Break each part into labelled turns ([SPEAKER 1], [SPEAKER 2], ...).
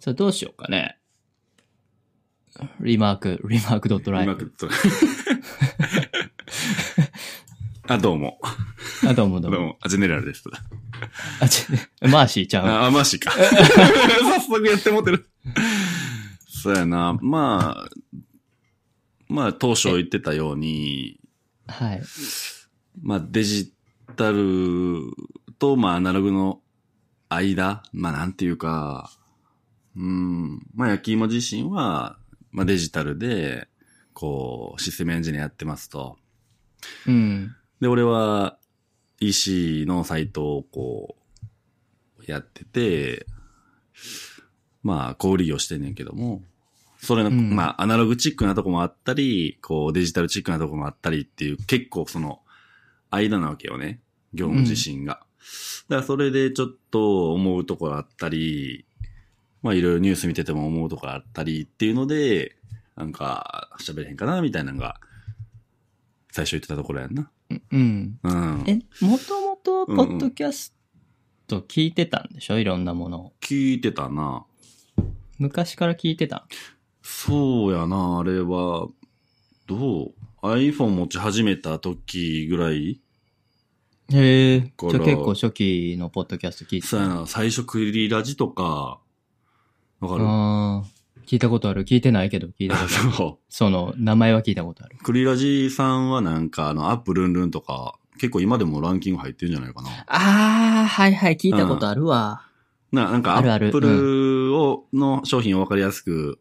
[SPEAKER 1] さあ、どうしようかね。リマーク、リマークドットライ
[SPEAKER 2] うま
[SPEAKER 1] ブ。
[SPEAKER 2] くと。 あ、どうも。
[SPEAKER 1] あ、どうもど
[SPEAKER 2] ど
[SPEAKER 1] う
[SPEAKER 2] う
[SPEAKER 1] も。
[SPEAKER 2] も。あ、ジェネラルです。
[SPEAKER 1] あ、ち、マーシーちゃん。
[SPEAKER 2] あ、あマシ か。早速やってもってる。そうやな。まあ、まあ、当初言ってたように、
[SPEAKER 1] はい。
[SPEAKER 2] まあ、デジタルと、まあ、アナログの間、まあ、なんていうか、うん、まあ、焼き芋自身は、まあ、デジタルで、こう、システムエンジニアやってますと。
[SPEAKER 1] うん。
[SPEAKER 2] で、俺は EC のサイトをこう、やってて、まあ、小売業してんねんけども、それの、
[SPEAKER 1] うん
[SPEAKER 2] まあ、アナログチックなとこもあったり、こう、デジタルチックなとこもあったりっていう、結構その、間なわけよね。業務自身が。だからそれでちょっと思うところあったり、まあ、いろいろニュース見てても思うところあったりっていうので、なんか、喋れへんかな、みたいなのが、最初言ってたところやんな。
[SPEAKER 1] うん。
[SPEAKER 2] うん。
[SPEAKER 1] え、もともと、ポ
[SPEAKER 2] うんうん
[SPEAKER 1] ッドキャスト聞いてたんでしょいろんなものを。
[SPEAKER 2] 聞いてたな。
[SPEAKER 1] 昔から聞いてた。
[SPEAKER 2] そうやな、あれは、どう ?iPhone 持ち始めた時ぐらい
[SPEAKER 1] へえ。じゃあ
[SPEAKER 2] から
[SPEAKER 1] 結構初期のポッドキャスト聞いて
[SPEAKER 2] そうや
[SPEAKER 1] た。
[SPEAKER 2] な、最初クリラジとか、わかる
[SPEAKER 1] あー聞いたことある。聞いてないけど、聞いたことある。
[SPEAKER 2] あそ
[SPEAKER 1] その、名前は聞いたことある。
[SPEAKER 2] う。クリラジさんはなんか、あの、アップルンルンとか、結構今でもランキング入ってるんじゃないかな。
[SPEAKER 1] ああ、はいはい、聞いたことあるわ。
[SPEAKER 2] ななんか、ア
[SPEAKER 1] あるある
[SPEAKER 2] ップルを、の商品をわかりやすく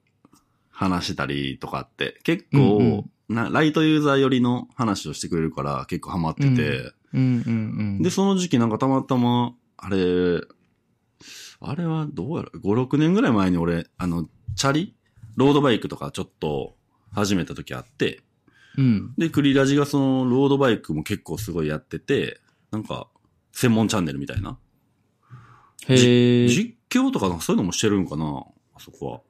[SPEAKER 2] 話したりとかって、結構、
[SPEAKER 1] うん
[SPEAKER 2] な、ライトユーザー寄りの話をしてくれるから、結構ハマっ
[SPEAKER 1] うん
[SPEAKER 2] てて、
[SPEAKER 1] うんうんうん。
[SPEAKER 2] で、その時期なんかたまたま、あれ、あれはどうやら、5、6年ぐらい前に俺、あの、チャリロードバイクとかちょっと始めた時あって、
[SPEAKER 1] うん。
[SPEAKER 2] で、クリラジがそのロードバイクも結構すごいやってて、なんか、専門チャンネルみたいな。
[SPEAKER 1] へえ。
[SPEAKER 2] 実況とかなんかそういうのもしてるんかなあそこは。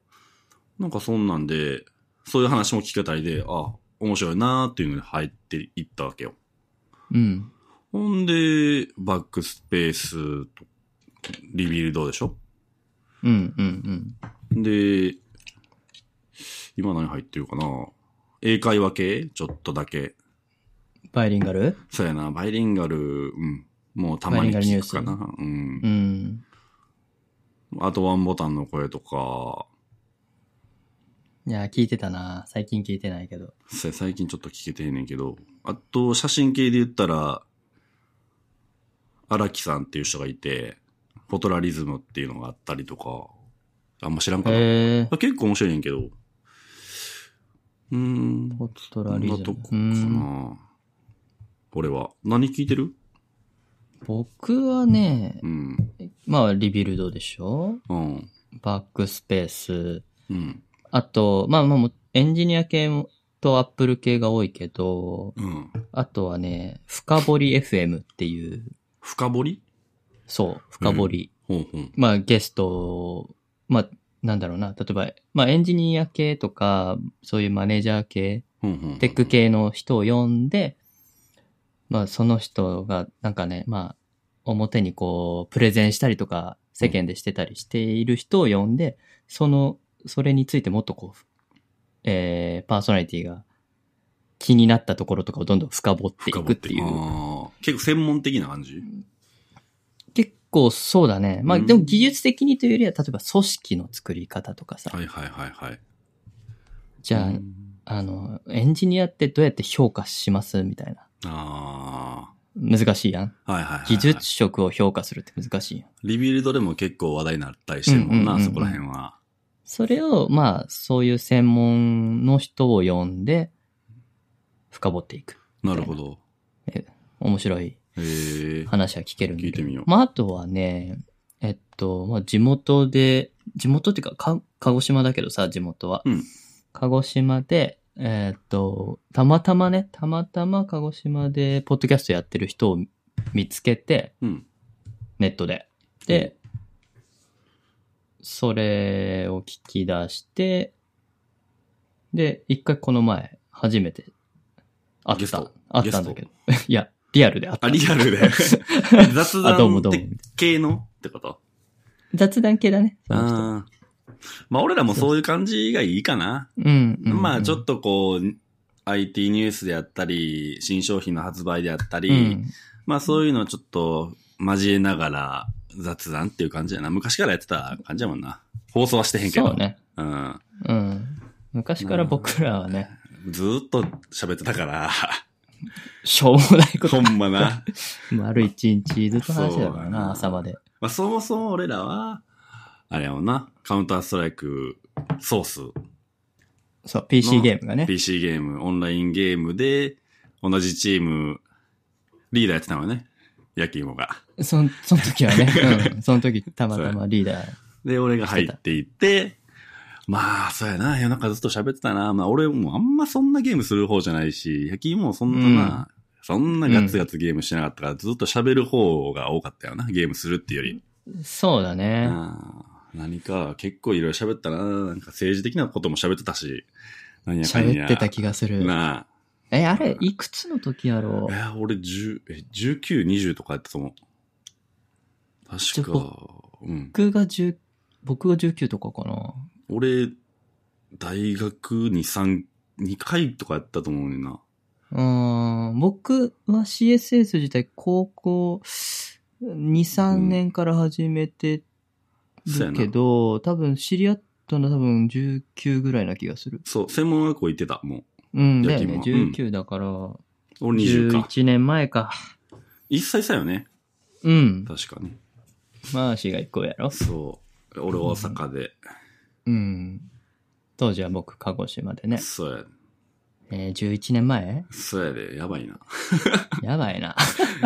[SPEAKER 2] なんかそんなんで、そういう話も聞けたりで、あ、面白いなーっていうので入っていったわけよ。
[SPEAKER 1] うん。
[SPEAKER 2] ほんで、バックスペースと、リビルドでしょ
[SPEAKER 1] うんうん
[SPEAKER 2] で、今何入ってるかな英会話系ちょっとだけ。
[SPEAKER 1] うん。バイリンガル
[SPEAKER 2] そうやな、バイリンガル、うん。もうたまに
[SPEAKER 1] バイリンガルニュ
[SPEAKER 2] 聞
[SPEAKER 1] ー
[SPEAKER 2] く
[SPEAKER 1] ス
[SPEAKER 2] かな。うん
[SPEAKER 1] う。ん。
[SPEAKER 2] あとワンボタンの声とか、
[SPEAKER 1] いや、聞いてたな。最近聞いてないけど。
[SPEAKER 2] そうや最近ちょっと聞けてへんねんけど、あと写真系で言ったら、荒木さんっていう人がいて、フォトラリズムっていうのがあったりとか、あんま知らんかな。
[SPEAKER 1] へえ。
[SPEAKER 2] あ結構面白いねんけど。うーん。
[SPEAKER 1] ポットラリ
[SPEAKER 2] こ
[SPEAKER 1] ズ
[SPEAKER 2] んなと
[SPEAKER 1] ム
[SPEAKER 2] こ。
[SPEAKER 1] う
[SPEAKER 2] か
[SPEAKER 1] ん。
[SPEAKER 2] な。俺は。何聞いてる
[SPEAKER 1] 僕はね、
[SPEAKER 2] うん。
[SPEAKER 1] まあ、リビルドでしょ
[SPEAKER 2] うん。
[SPEAKER 1] バックスペース。
[SPEAKER 2] うん。
[SPEAKER 1] あと、まあまあもう、エンジニア系とアップル系が多いけど、
[SPEAKER 2] うん。
[SPEAKER 1] あとはね、深掘り FM っていう、
[SPEAKER 2] 深掘り
[SPEAKER 1] そう、深掘り。
[SPEAKER 2] ほうほう。
[SPEAKER 1] まあ、ゲストを、まあ、なんだろうな。例えば、まあ、エンジニア系とか、そういうマネージャー系
[SPEAKER 2] ほうほう。
[SPEAKER 1] テック。系の人を呼んで、まあその人がなんかね、まあ表にこうプレゼンしたりとか世間でしてたりしている人を呼んで、その、それについてもっとこう、えー、パーソナリティが気になったところとかをどんどん深掘ってい
[SPEAKER 2] 深
[SPEAKER 1] く
[SPEAKER 2] 掘
[SPEAKER 1] っ
[SPEAKER 2] って
[SPEAKER 1] て
[SPEAKER 2] い。
[SPEAKER 1] いうう。
[SPEAKER 2] あー結構専門的な感じ
[SPEAKER 1] 結構そうだね。まあ
[SPEAKER 2] うん
[SPEAKER 1] でも技術的にというよりは、例えば組織の作り方とかさ、
[SPEAKER 2] はいはいはいはい。
[SPEAKER 1] じゃあ、
[SPEAKER 2] うん
[SPEAKER 1] あの、エンジニアってどうやって評価しますみたいな。
[SPEAKER 2] あ
[SPEAKER 1] 難しいやん。
[SPEAKER 2] あ。はいはいはいはい。
[SPEAKER 1] 技術職を評価するって難しいやん。
[SPEAKER 2] リビルドでも結構話題になったりしてるもん
[SPEAKER 1] うん
[SPEAKER 2] な、
[SPEAKER 1] うんうんうん
[SPEAKER 2] そこら辺は。
[SPEAKER 1] それを、まあ、そういう専門の人を呼んで、深掘っていく。
[SPEAKER 2] なるほど。
[SPEAKER 1] 面白い
[SPEAKER 2] へえ。
[SPEAKER 1] 話は聞けるんで。
[SPEAKER 2] 聞いてみよう
[SPEAKER 1] まあ、あとはね、えっと、まあ、地元で、地元っていうかか、鹿児島だけどさ、地元は。
[SPEAKER 2] うん
[SPEAKER 1] 鹿児島で、えっと、たまたまね、たまたま鹿児島で、ポッドキャストやってる人を見つけて、
[SPEAKER 2] うん。
[SPEAKER 1] ネットで。で、それを聞き出して、で、一回この前、初めて、会
[SPEAKER 2] ゲ
[SPEAKER 1] っ
[SPEAKER 2] スト
[SPEAKER 1] た。会ったんだけど。いや、リアルで会った。
[SPEAKER 2] あ、リアルで。雑
[SPEAKER 1] あ、どうも
[SPEAKER 2] 談
[SPEAKER 1] どうも。
[SPEAKER 2] 系のってこと
[SPEAKER 1] 雑談系だね。その人
[SPEAKER 2] ああ。まあ俺らもそういう感じがいいかな。
[SPEAKER 1] うん。うん
[SPEAKER 2] まあちょ
[SPEAKER 1] と、
[SPEAKER 2] っとこう、IT ニュースであったり、新商品の発売であったり、
[SPEAKER 1] うん
[SPEAKER 2] まあそういうのをちょっと交えながら雑談っていう感じやな。昔からやってた感じやもんな。放送はしてへんけど。
[SPEAKER 1] そうね。
[SPEAKER 2] うん。
[SPEAKER 1] うん。昔から僕らはね、
[SPEAKER 2] ずーっと喋って たから、
[SPEAKER 1] しょうもないこ
[SPEAKER 2] ほ
[SPEAKER 1] と、
[SPEAKER 2] んまな。
[SPEAKER 1] 丸一日ずっと話してたか
[SPEAKER 2] そう
[SPEAKER 1] ら
[SPEAKER 2] やな
[SPEAKER 1] な、朝まで。
[SPEAKER 2] まあそもそも俺らは、あれやもんな、カウンターストライクソース、
[SPEAKER 1] そう、PC ゲームがね。
[SPEAKER 2] PC ゲーム、オンラインゲームで、同じチーム、リーダーやってたのね。焼き芋が。
[SPEAKER 1] そん、その時 はね、うん。その時、たまたまリーダー。
[SPEAKER 2] で、俺が入っていって、まあ、そうやな、夜中ずっと喋ってたな。まあ、俺もあんまそんなゲームする方じゃないし、焼き芋もそんなな、そんなガツガツゲームしてなかったから、ずっと喋る方が多かったよな、ゲームするっていうより。
[SPEAKER 1] そうだね。
[SPEAKER 2] あー何か、結構いろいろ喋ったな。なんか政治的なことも喋ってたし、何やかん
[SPEAKER 1] 喋
[SPEAKER 2] や。
[SPEAKER 1] ってた気がする。
[SPEAKER 2] な
[SPEAKER 1] え、あれ、いくつの時やろ
[SPEAKER 2] あ。えー俺10、え、19、20とかやったと思う。確
[SPEAKER 1] じゃあ
[SPEAKER 2] か、うん。
[SPEAKER 1] 僕が10、僕が19とかかな。
[SPEAKER 2] 俺、大学に3、2回とかやったと思うねんな。
[SPEAKER 1] うーん、僕は CSS 自体高校2、3年から始めて
[SPEAKER 2] そうや
[SPEAKER 1] る
[SPEAKER 2] な
[SPEAKER 1] けど、多分知り合ったのは多分19ぐらいな気がする。
[SPEAKER 2] そう、専門学校行ってた、も
[SPEAKER 1] うん、だ
[SPEAKER 2] 焼
[SPEAKER 1] よ
[SPEAKER 2] き
[SPEAKER 1] ね。
[SPEAKER 2] 芋
[SPEAKER 1] 19だから、
[SPEAKER 2] う。俺20か。
[SPEAKER 1] 11年前か。
[SPEAKER 2] 1歳差よね。
[SPEAKER 1] うん。
[SPEAKER 2] 確かね。
[SPEAKER 1] マーシーが行こうやろ。
[SPEAKER 2] そう。俺大阪で。
[SPEAKER 1] うん。当時は僕、鹿児島でね。
[SPEAKER 2] そうや。
[SPEAKER 1] えー、11年前
[SPEAKER 2] そうやで、やばいな。
[SPEAKER 1] やばいな。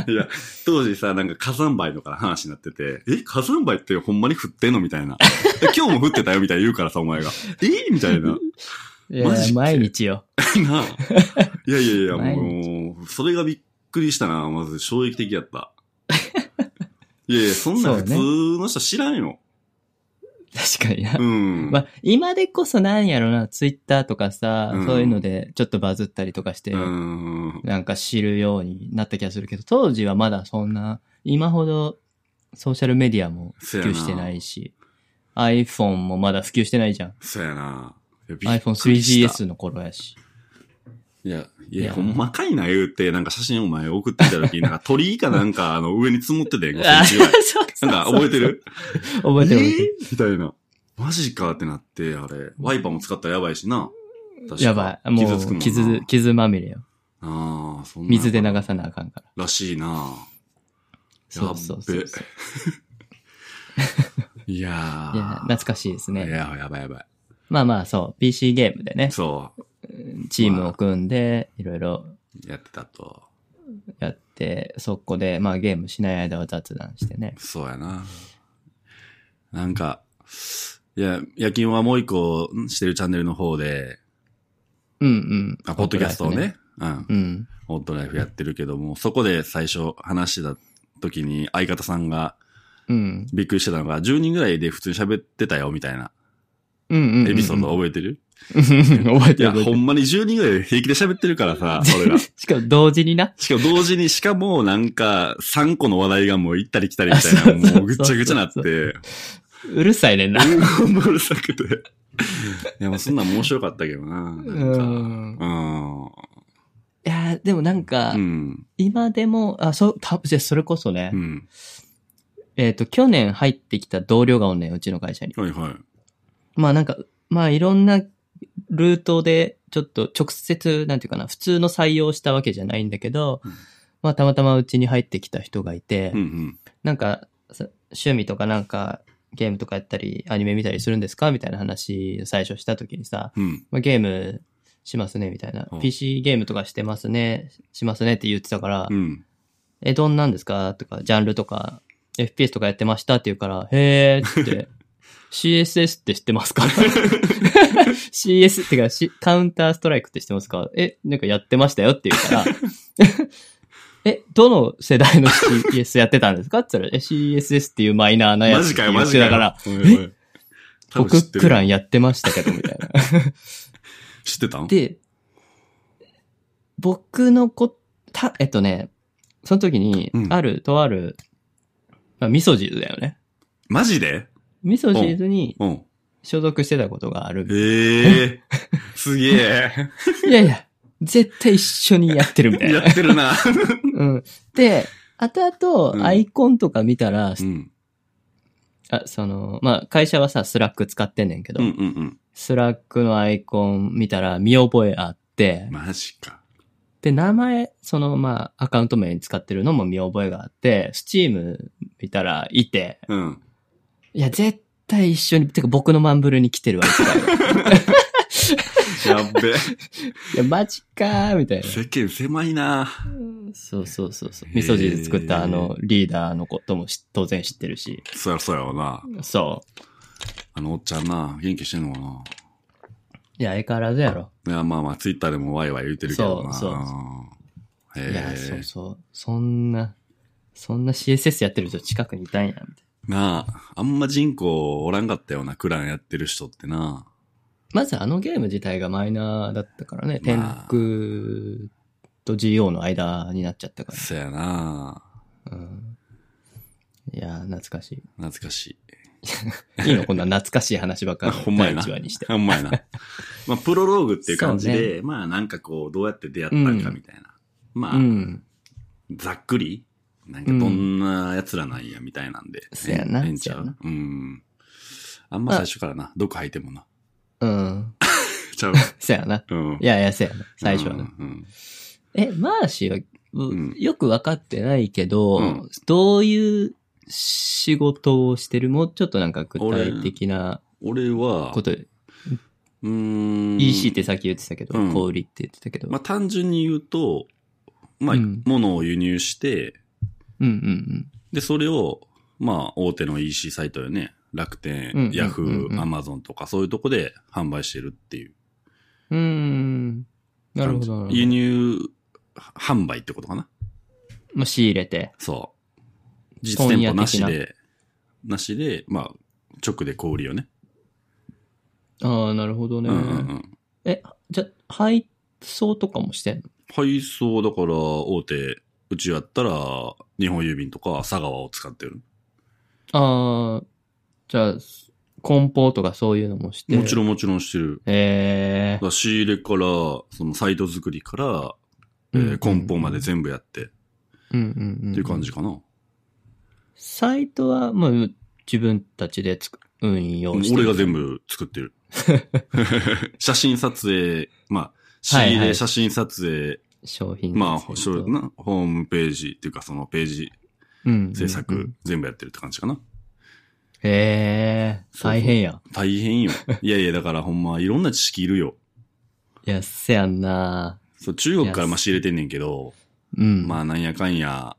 [SPEAKER 2] いや、当時さ、なんか火山灰のから話になってて、え、火山灰ってほんまに降ってんのみたいな。え今日も降ってたよみたいな言うからさ、お前が。えみたいな。ないマジ
[SPEAKER 1] や、
[SPEAKER 2] で
[SPEAKER 1] 毎日よ。
[SPEAKER 2] あいやいやいや、
[SPEAKER 1] 毎
[SPEAKER 2] もう、それがびっくりしたな。まず衝撃的やった。いやいや、そんな普通の人知らんよ。
[SPEAKER 1] 確かにな。
[SPEAKER 2] う ん。
[SPEAKER 1] まあ、今でこそなんやろな、ツイッターとかさ、
[SPEAKER 2] うん
[SPEAKER 1] そういうのでちょっとバズったりとかして、
[SPEAKER 2] うん。
[SPEAKER 1] なんか知るようになった気がするけど、当時はまだそんな、今ほどソーシャルメディアも
[SPEAKER 2] 普
[SPEAKER 1] 普及してないし、iPhone もまだ普及してないじゃん。
[SPEAKER 2] そうやな。いやびっくりした
[SPEAKER 1] iPhone3GS の頃やし。
[SPEAKER 2] いや、い
[SPEAKER 1] い
[SPEAKER 2] や、
[SPEAKER 1] や
[SPEAKER 2] ほんまかいな言うて、なんか写真お前送ってき た時に、なんか鳥居かなんか、あの、上に積もってて、5セン
[SPEAKER 1] あ、
[SPEAKER 2] チ
[SPEAKER 1] そう
[SPEAKER 2] ぐらい。
[SPEAKER 1] そう そう
[SPEAKER 2] なんか覚えてる
[SPEAKER 1] 覚えてる覚えてる。
[SPEAKER 2] えーみたいな。マジかってなって、あれ。ワイパーも使ったらやばいしな。確か
[SPEAKER 1] やばい。も
[SPEAKER 2] 傷つくもん
[SPEAKER 1] う、
[SPEAKER 2] な
[SPEAKER 1] 傷、傷まみれよ。
[SPEAKER 2] ああ、そんな。
[SPEAKER 1] 水で流さなあかんから。
[SPEAKER 2] らしいな。
[SPEAKER 1] そうそうそうそう。
[SPEAKER 2] いやー。
[SPEAKER 1] いや、懐かしいです
[SPEAKER 2] い
[SPEAKER 1] ね。
[SPEAKER 2] や、やばいやばい。
[SPEAKER 1] まあまあ、そう。PC ゲームでね、
[SPEAKER 2] そ
[SPEAKER 1] チームを組んで、いろいろ
[SPEAKER 2] う。やってたと。
[SPEAKER 1] やって、そこで、まあゲームしない間は雑談してね。
[SPEAKER 2] そうやな。なんか、いや、夜勤はもう一個してるチャンネルの方で、
[SPEAKER 1] うんうん。
[SPEAKER 2] あ、ポッドキャストをね。うん。
[SPEAKER 1] うん。
[SPEAKER 2] オットライフやってるけども、そこで最初話してた時に相方さんが
[SPEAKER 1] うん。
[SPEAKER 2] びっくりしてたのが、10人ぐらいで普通に喋ってたよみたいな
[SPEAKER 1] うんうんうんうん。
[SPEAKER 2] エピソード覚えてる、
[SPEAKER 1] 覚えてる。
[SPEAKER 2] い
[SPEAKER 1] 覚え
[SPEAKER 2] や、ほ
[SPEAKER 1] てる
[SPEAKER 2] んまに10人ぐらいで平気で喋ってるからさ、俺ら。し
[SPEAKER 1] しかも同時にな。
[SPEAKER 2] かも同時に、しかもなんか3個の話題がもう行ったり来たりみたいな、
[SPEAKER 1] あそうそう そう
[SPEAKER 2] もうぐっちゃぐちゃなって、
[SPEAKER 1] うるさいねんな。
[SPEAKER 2] ほんまうるさくて。いや、もうそんなん面白かったけどな。なんか
[SPEAKER 1] ん。
[SPEAKER 2] うん。
[SPEAKER 1] いやーでもなんか、
[SPEAKER 2] うん。
[SPEAKER 1] 今でも、あ、そう、たじゃあそれこそね、
[SPEAKER 2] うん。
[SPEAKER 1] えっ、と、去年入ってきた同僚がおんねん、うちの会社に。
[SPEAKER 2] はいはい。
[SPEAKER 1] まあなんか、まあいろんなルートで、ちょっと直接、なんていうかな、普通の採用したわけじゃないんだけど、
[SPEAKER 2] うん
[SPEAKER 1] まあたまたまうちに入ってきた人がいて、
[SPEAKER 2] うんうん。
[SPEAKER 1] なんか、さ趣味とかなんか、ゲームとかやったり、アニメ見たりするんですかみたいな話、最初した時にさ、
[SPEAKER 2] うん。
[SPEAKER 1] まあ、ゲームしますね、みたいな
[SPEAKER 2] うん。
[SPEAKER 1] PC ゲームとかしてますね、しますねって言ってたから
[SPEAKER 2] う、ん。
[SPEAKER 1] え、どんなんですかとか、ジャンルとか、FPS とかやってましたって言うから、へー って、CSS って知ってますか ?CS ってか、しカウンターストライクって知ってますかえ、なんかやってましたよって言うから、 え、どの世代の CS やってたんですかって言ったら、え、CSS っていうマイナーなや
[SPEAKER 2] マ
[SPEAKER 1] つ
[SPEAKER 2] ジ
[SPEAKER 1] って
[SPEAKER 2] か
[SPEAKER 1] 言
[SPEAKER 2] よ、
[SPEAKER 1] っ
[SPEAKER 2] マ
[SPEAKER 1] て
[SPEAKER 2] ジかよ。
[SPEAKER 1] だから、
[SPEAKER 2] おいおい、多分
[SPEAKER 1] 僕
[SPEAKER 2] 知ってる
[SPEAKER 1] くらいやってましたけど、みたいな。
[SPEAKER 2] 知ってたん
[SPEAKER 1] で、僕のこ、た、えっとね、その時に
[SPEAKER 2] う、ん
[SPEAKER 1] ある、とある、まあ、ミソジーズだよね。
[SPEAKER 2] マジで
[SPEAKER 1] ミソジーズに
[SPEAKER 2] うん。
[SPEAKER 1] 所属してたことがある。
[SPEAKER 2] ええすげ え。
[SPEAKER 1] いやいや、絶対一緒にやってるみたいな
[SPEAKER 2] や。って るな。
[SPEAKER 1] うん。で、後
[SPEAKER 2] うん
[SPEAKER 1] 々、アイコンとか見たら、
[SPEAKER 2] うん。
[SPEAKER 1] あその、まあ、会社はさ、スラック使ってんねんけど、
[SPEAKER 2] うんうん
[SPEAKER 1] スラックのアイコン見たら見覚えあって
[SPEAKER 2] うん。、マジか。
[SPEAKER 1] で、名前、その、まあ、アカウント名に使ってるのも見覚えがあって、スチーム見たらいて、
[SPEAKER 2] うん。
[SPEAKER 1] いや、絶対一緒に、てか僕のマンブルに来てるわ、みた いな。
[SPEAKER 2] や っべ。
[SPEAKER 1] いや、マジかー、みたいな。
[SPEAKER 2] 世間狭いな。
[SPEAKER 1] そうそうそうそう
[SPEAKER 2] へ。ー
[SPEAKER 1] 味噌汁作ったあの、リーダーのこともし当然知ってるし。
[SPEAKER 2] そやそうやわな。
[SPEAKER 1] そ
[SPEAKER 2] あのおっちゃんな、元気してんのかな。
[SPEAKER 1] う。いや、相変わらずやろ。
[SPEAKER 2] いや、まあまあ、ツイッターでもワイワイ言ってるけどな。
[SPEAKER 1] そうそう
[SPEAKER 2] へ
[SPEAKER 1] いや、そう
[SPEAKER 2] え。
[SPEAKER 1] そう。そんな、そんな CSS やってる人近くにいたんや、みたいな。
[SPEAKER 2] なあ、あんま人口おらんかったようなクランやってる人ってな。
[SPEAKER 1] まずあのゲーム自体がマイナーだったからね。天
[SPEAKER 2] まあ
[SPEAKER 1] 空と GO の間になっちゃったか
[SPEAKER 2] そやな。
[SPEAKER 1] ら。うん、いやー、懐かし
[SPEAKER 2] 懐かし
[SPEAKER 1] い。いいのこんな懐かしい話ばっかり。
[SPEAKER 2] ほんまやな
[SPEAKER 1] 第一話にして
[SPEAKER 2] い。。ほん まやな。まあ、プロローグっていう感じ
[SPEAKER 1] そう
[SPEAKER 2] で、まあなんかこう、どうやって出会ったんかみたいな。まあ、
[SPEAKER 1] うん。
[SPEAKER 2] ざっくりなんかどんな奴らなんやみたいなんで。
[SPEAKER 1] そやな
[SPEAKER 2] ええんちゃ
[SPEAKER 1] そやな
[SPEAKER 2] ううん。あんま最初からな、毒吐いてもな。
[SPEAKER 1] うん。
[SPEAKER 2] ちゃう。
[SPEAKER 1] そやな。
[SPEAKER 2] うん
[SPEAKER 1] い。やいや、そやな。最初はな。
[SPEAKER 2] うんうん
[SPEAKER 1] え、マーシーは、う
[SPEAKER 2] うん
[SPEAKER 1] よくわかってないけど、
[SPEAKER 2] うん
[SPEAKER 1] どういう仕事をしてるもうちょっとなんか具体的な
[SPEAKER 2] 俺は、
[SPEAKER 1] こと、
[SPEAKER 2] うーん。
[SPEAKER 1] EC ってさっき言ってたけど、
[SPEAKER 2] うん
[SPEAKER 1] 小売りって言ってたけど。
[SPEAKER 2] まあ単純に言うと、まあ、
[SPEAKER 1] うん
[SPEAKER 2] 物を輸入して、
[SPEAKER 1] うんうん
[SPEAKER 2] で、それを、まあ、大手の EC サイトよね。楽
[SPEAKER 1] うんうんうんうん、
[SPEAKER 2] 天ヤフー、アマゾンとか、そういうとこで販売してるっていう
[SPEAKER 1] うん。うーん。なるほ
[SPEAKER 2] 感じ。
[SPEAKER 1] どなるほ
[SPEAKER 2] 輸
[SPEAKER 1] ど。
[SPEAKER 2] 入販売ってことかな。
[SPEAKER 1] まあ、仕入れて。
[SPEAKER 2] そう。実店舗なし
[SPEAKER 1] 本屋
[SPEAKER 2] で、なしで、まあ、直で小売りよね。
[SPEAKER 1] ああ、なるほど
[SPEAKER 2] う
[SPEAKER 1] ね。
[SPEAKER 2] んうんうん。
[SPEAKER 1] じゃ、配送とかもしてんの
[SPEAKER 2] 配送、だから、大手、うちやったら、日本郵便とか、佐川を使ってる。
[SPEAKER 1] ああ、じゃあ、梱包とかそういうのもして。
[SPEAKER 2] もちろ
[SPEAKER 1] ん。
[SPEAKER 2] んもちろんしてる。
[SPEAKER 1] え
[SPEAKER 2] だから仕入れから、そのサイト作りから、
[SPEAKER 1] え
[SPEAKER 2] えー梱包まで全部やって、っ
[SPEAKER 1] うんうんうん。って
[SPEAKER 2] いう感じかな。
[SPEAKER 1] サイトは、まあ、自分たちでつく運用してる。
[SPEAKER 2] 俺が全部作っ てる。写真撮影、まあ、仕
[SPEAKER 1] はい
[SPEAKER 2] 入
[SPEAKER 1] はい
[SPEAKER 2] れ、写真撮影、
[SPEAKER 1] 商品
[SPEAKER 2] まあ、
[SPEAKER 1] 撮影と
[SPEAKER 2] そうな、ホームページっていうか、そのページ
[SPEAKER 1] うん
[SPEAKER 2] 制
[SPEAKER 1] うんう
[SPEAKER 2] 作
[SPEAKER 1] ん、
[SPEAKER 2] 全部やってるって感じかな。
[SPEAKER 1] へえ、
[SPEAKER 2] そうそう
[SPEAKER 1] 大変やん。
[SPEAKER 2] 大変 よ。いやいや、だからほんま、いろんな知識いるよ。
[SPEAKER 1] いや、せやんな
[SPEAKER 2] そう中国からまあ仕入れてんねんけど、
[SPEAKER 1] うん。
[SPEAKER 2] まあ、なんやかんや、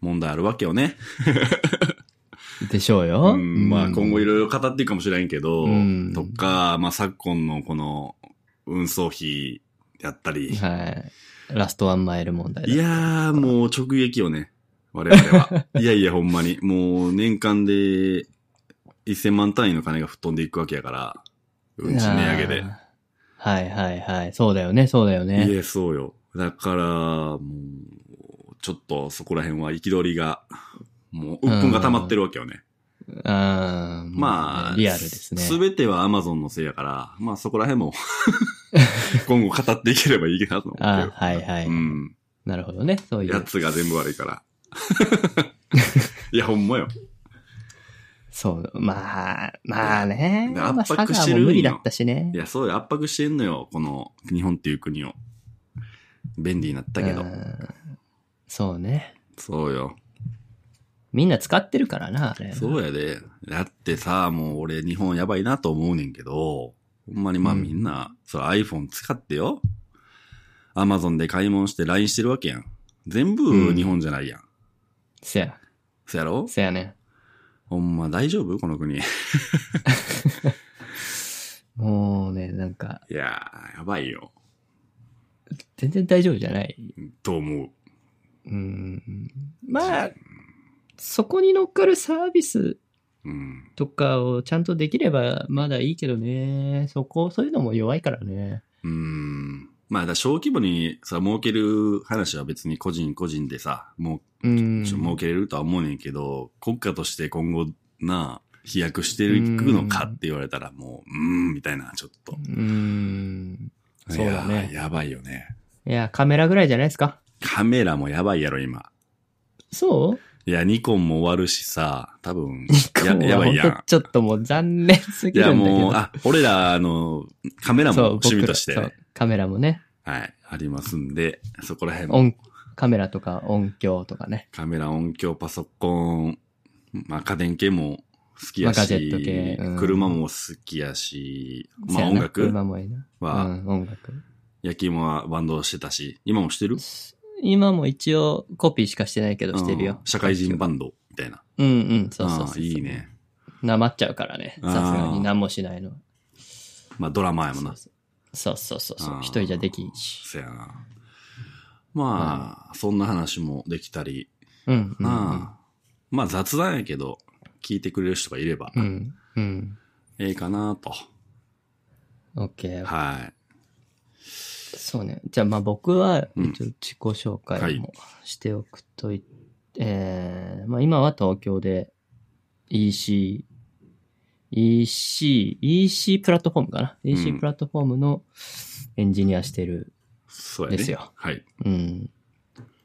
[SPEAKER 2] 問題あるわけよね。
[SPEAKER 1] でしょうよ。
[SPEAKER 2] うん、まあ今後い
[SPEAKER 1] ろ。
[SPEAKER 2] ろいろ語っていくかもしれんけど、
[SPEAKER 1] うん
[SPEAKER 2] とか、まあ昨今のこの運送費やったり、
[SPEAKER 1] はい。ラストワンマイル問題だ
[SPEAKER 2] い、やーもう直撃よね、我々 は。いやいやほんまに、もう年間で1000万単位の金が吹っ飛んでいくわけやから、運賃値上げで。
[SPEAKER 1] あー。はいはいはい。そうだよね、そうだよ
[SPEAKER 2] い
[SPEAKER 1] ね。
[SPEAKER 2] や、そうよ。だから、もう、ちょっとそこら辺は憤りが、もう、鬱憤が溜まってるわけよね。
[SPEAKER 1] あー
[SPEAKER 2] まあ、
[SPEAKER 1] リアルですね。
[SPEAKER 2] すべては Amazon のせいやから、まあそこ ら辺も、今後語っていければいいなと思ってる
[SPEAKER 1] あーはいはい、
[SPEAKER 2] うん。
[SPEAKER 1] なるほどね、そうい
[SPEAKER 2] や
[SPEAKER 1] う。
[SPEAKER 2] つが全部悪いから。 いや、ほんまよ。
[SPEAKER 1] そう、まあ、まあね。
[SPEAKER 2] 圧
[SPEAKER 1] まあ
[SPEAKER 2] 迫
[SPEAKER 1] 佐賀
[SPEAKER 2] してる
[SPEAKER 1] も
[SPEAKER 2] んよ
[SPEAKER 1] 無理だったしね
[SPEAKER 2] い。や、そうよ。圧迫してんのよ。この日本っていう国を。便利になったけど
[SPEAKER 1] う。んそうね。
[SPEAKER 2] そうよ。
[SPEAKER 1] みんな使ってるからな、あれ。
[SPEAKER 2] そうやで。だってさ、もう俺日本やばいなと思うねんけど、ほんまにまあ
[SPEAKER 1] うん
[SPEAKER 2] みんな、それ iPhone 使ってよ。Amazon で買い物して LINE してるわけやん。全
[SPEAKER 1] う
[SPEAKER 2] 部
[SPEAKER 1] ん
[SPEAKER 2] 日本じゃないやん。
[SPEAKER 1] せや、
[SPEAKER 2] そやろ
[SPEAKER 1] せやね。
[SPEAKER 2] ほんま大丈夫この国。 い
[SPEAKER 1] もうね、なんか、
[SPEAKER 2] やー、やばいよ。
[SPEAKER 1] 全然大丈夫じゃない。
[SPEAKER 2] と思う。
[SPEAKER 1] うん。まあ、そこに乗っかるサービス
[SPEAKER 2] うん。
[SPEAKER 1] とかをちゃんとできればまだいいけどね。そこ、そういうのも弱いからね。
[SPEAKER 2] うーん。まあ、だから小規模にさ、儲ける話は別に個人個人でさ、も
[SPEAKER 1] う
[SPEAKER 2] う、
[SPEAKER 1] ん。
[SPEAKER 2] 儲けれるとは思うねんけど、国家として今後なあ、飛躍していくのかって言われたら、もう、うーん、みたいな、ちょっと。
[SPEAKER 1] うーん。そうだね
[SPEAKER 2] いやーやばいよね。
[SPEAKER 1] いや、カメラぐらいじゃないですか。
[SPEAKER 2] カメラもやばいやろ、今。
[SPEAKER 1] そう
[SPEAKER 2] いや、ニコンも終わるしさ、多分、
[SPEAKER 1] こ
[SPEAKER 2] や
[SPEAKER 1] う
[SPEAKER 2] やばいやん。
[SPEAKER 1] ちょっともう残念す
[SPEAKER 2] い
[SPEAKER 1] ぎ
[SPEAKER 2] や、
[SPEAKER 1] るんだけど。
[SPEAKER 2] もう、あ、俺ら、あの、カメラも
[SPEAKER 1] そう
[SPEAKER 2] 趣味として、
[SPEAKER 1] 僕らそうカメラもね、
[SPEAKER 2] はい、ありますんで、そこら辺も、
[SPEAKER 1] 音、カメラとか音響とかね。
[SPEAKER 2] カメラ、音響、パソコン、まあ、家電系も好きや
[SPEAKER 1] まあガ
[SPEAKER 2] し、
[SPEAKER 1] ジェット系うん
[SPEAKER 2] 車も好きやし、
[SPEAKER 1] そう
[SPEAKER 2] まあ、
[SPEAKER 1] や
[SPEAKER 2] 音
[SPEAKER 1] な
[SPEAKER 2] 楽
[SPEAKER 1] 車もいいな。
[SPEAKER 2] は、
[SPEAKER 1] うん、音楽。
[SPEAKER 2] 焼き芋はバンドしてたし、今もしてる
[SPEAKER 1] 今も一応コピーしかしてないけどしてるよ
[SPEAKER 2] うん。社会人バンドみたいな。
[SPEAKER 1] うんうん、そうそうそう
[SPEAKER 2] ああいい。ね。
[SPEAKER 1] なまっちゃうからね。
[SPEAKER 2] あー
[SPEAKER 1] さすがに何もしないのは。
[SPEAKER 2] まあ、ドラマやもんな。
[SPEAKER 1] そうそうそうそう
[SPEAKER 2] あ。ー
[SPEAKER 1] 一人じゃできんし。
[SPEAKER 2] そやな。まあ、そんな話もできたり、
[SPEAKER 1] うん、うん。
[SPEAKER 2] なあまあ雑談やけど、聞いてくれる人がいれば、
[SPEAKER 1] うん、うん。
[SPEAKER 2] ええかなと。
[SPEAKER 1] オッケー。
[SPEAKER 2] はい。
[SPEAKER 1] そうね。じゃあまあ僕は、
[SPEAKER 2] うん
[SPEAKER 1] 一応自己紹
[SPEAKER 2] は
[SPEAKER 1] 介
[SPEAKER 2] い
[SPEAKER 1] もしておくといえーまあ今は東京で EC、EC、EC プラットフォームかな。
[SPEAKER 2] う
[SPEAKER 1] EC
[SPEAKER 2] ん
[SPEAKER 1] プラットフォームのエンジニアしてる
[SPEAKER 2] そうやね。
[SPEAKER 1] ですよ
[SPEAKER 2] はい。
[SPEAKER 1] うん。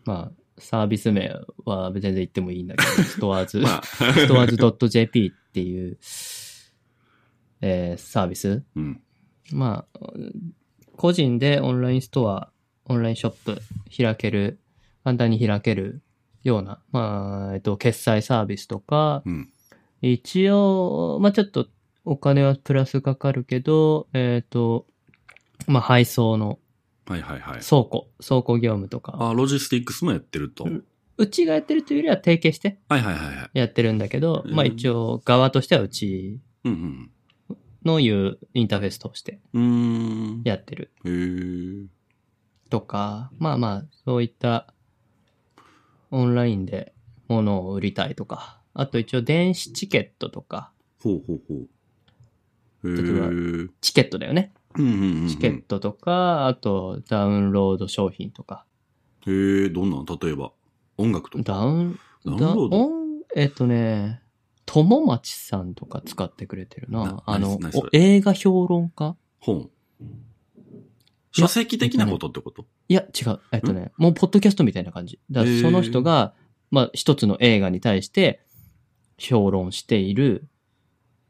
[SPEAKER 1] まあ、サービス名は全然言ってもいいん だけど、ストアーズ、
[SPEAKER 2] まあ、
[SPEAKER 1] ストアーズ .jp っていう、えーサービス。
[SPEAKER 2] うん。
[SPEAKER 1] まあ、個人でオンラインストア、オンラインショップ開ける、簡単に開けるような、まあ、えっと、決済サービスとか、
[SPEAKER 2] うん。
[SPEAKER 1] 一応、まあちょっとお金はプラスかかるけど、えっ、と、まあ配送の
[SPEAKER 2] はいはいはい。
[SPEAKER 1] 倉庫、倉庫業務とか。
[SPEAKER 2] あ、ロジスティックスもやってると。
[SPEAKER 1] うんうちがやってるというよりは提携して
[SPEAKER 2] はいはいはいはい。
[SPEAKER 1] やってるんだけど、
[SPEAKER 2] うん
[SPEAKER 1] まあ一応側としてはうち
[SPEAKER 2] うん
[SPEAKER 1] のいうインターフェース通して
[SPEAKER 2] うん。うーん。
[SPEAKER 1] やってる
[SPEAKER 2] へえ。
[SPEAKER 1] とか、まあまあそういったオンラインで物を売りたいとか、あと一応電子チケットとか、
[SPEAKER 2] ほうほうほう。へえ。
[SPEAKER 1] 例えば
[SPEAKER 2] うん
[SPEAKER 1] チケットだよね。
[SPEAKER 2] うんうん。
[SPEAKER 1] チケッ。トとか、あとダウンロード商品とか。
[SPEAKER 2] へえ、どんなん例えば。音楽とか。
[SPEAKER 1] ダウン、
[SPEAKER 2] ダウン
[SPEAKER 1] ダ
[SPEAKER 2] ロード
[SPEAKER 1] ウン、えっとね、友町さんとか使ってくれてるな。
[SPEAKER 2] な
[SPEAKER 1] あの
[SPEAKER 2] 何そ
[SPEAKER 1] お
[SPEAKER 2] れ
[SPEAKER 1] 映画評論家
[SPEAKER 2] 本。書籍的なことってこと
[SPEAKER 1] いや、違う。えっとね、もうポッドキャストみたいな感じ。だか
[SPEAKER 2] へ
[SPEAKER 1] ら
[SPEAKER 2] ー
[SPEAKER 1] その人が、まあ、一つの映画に対して、評論している、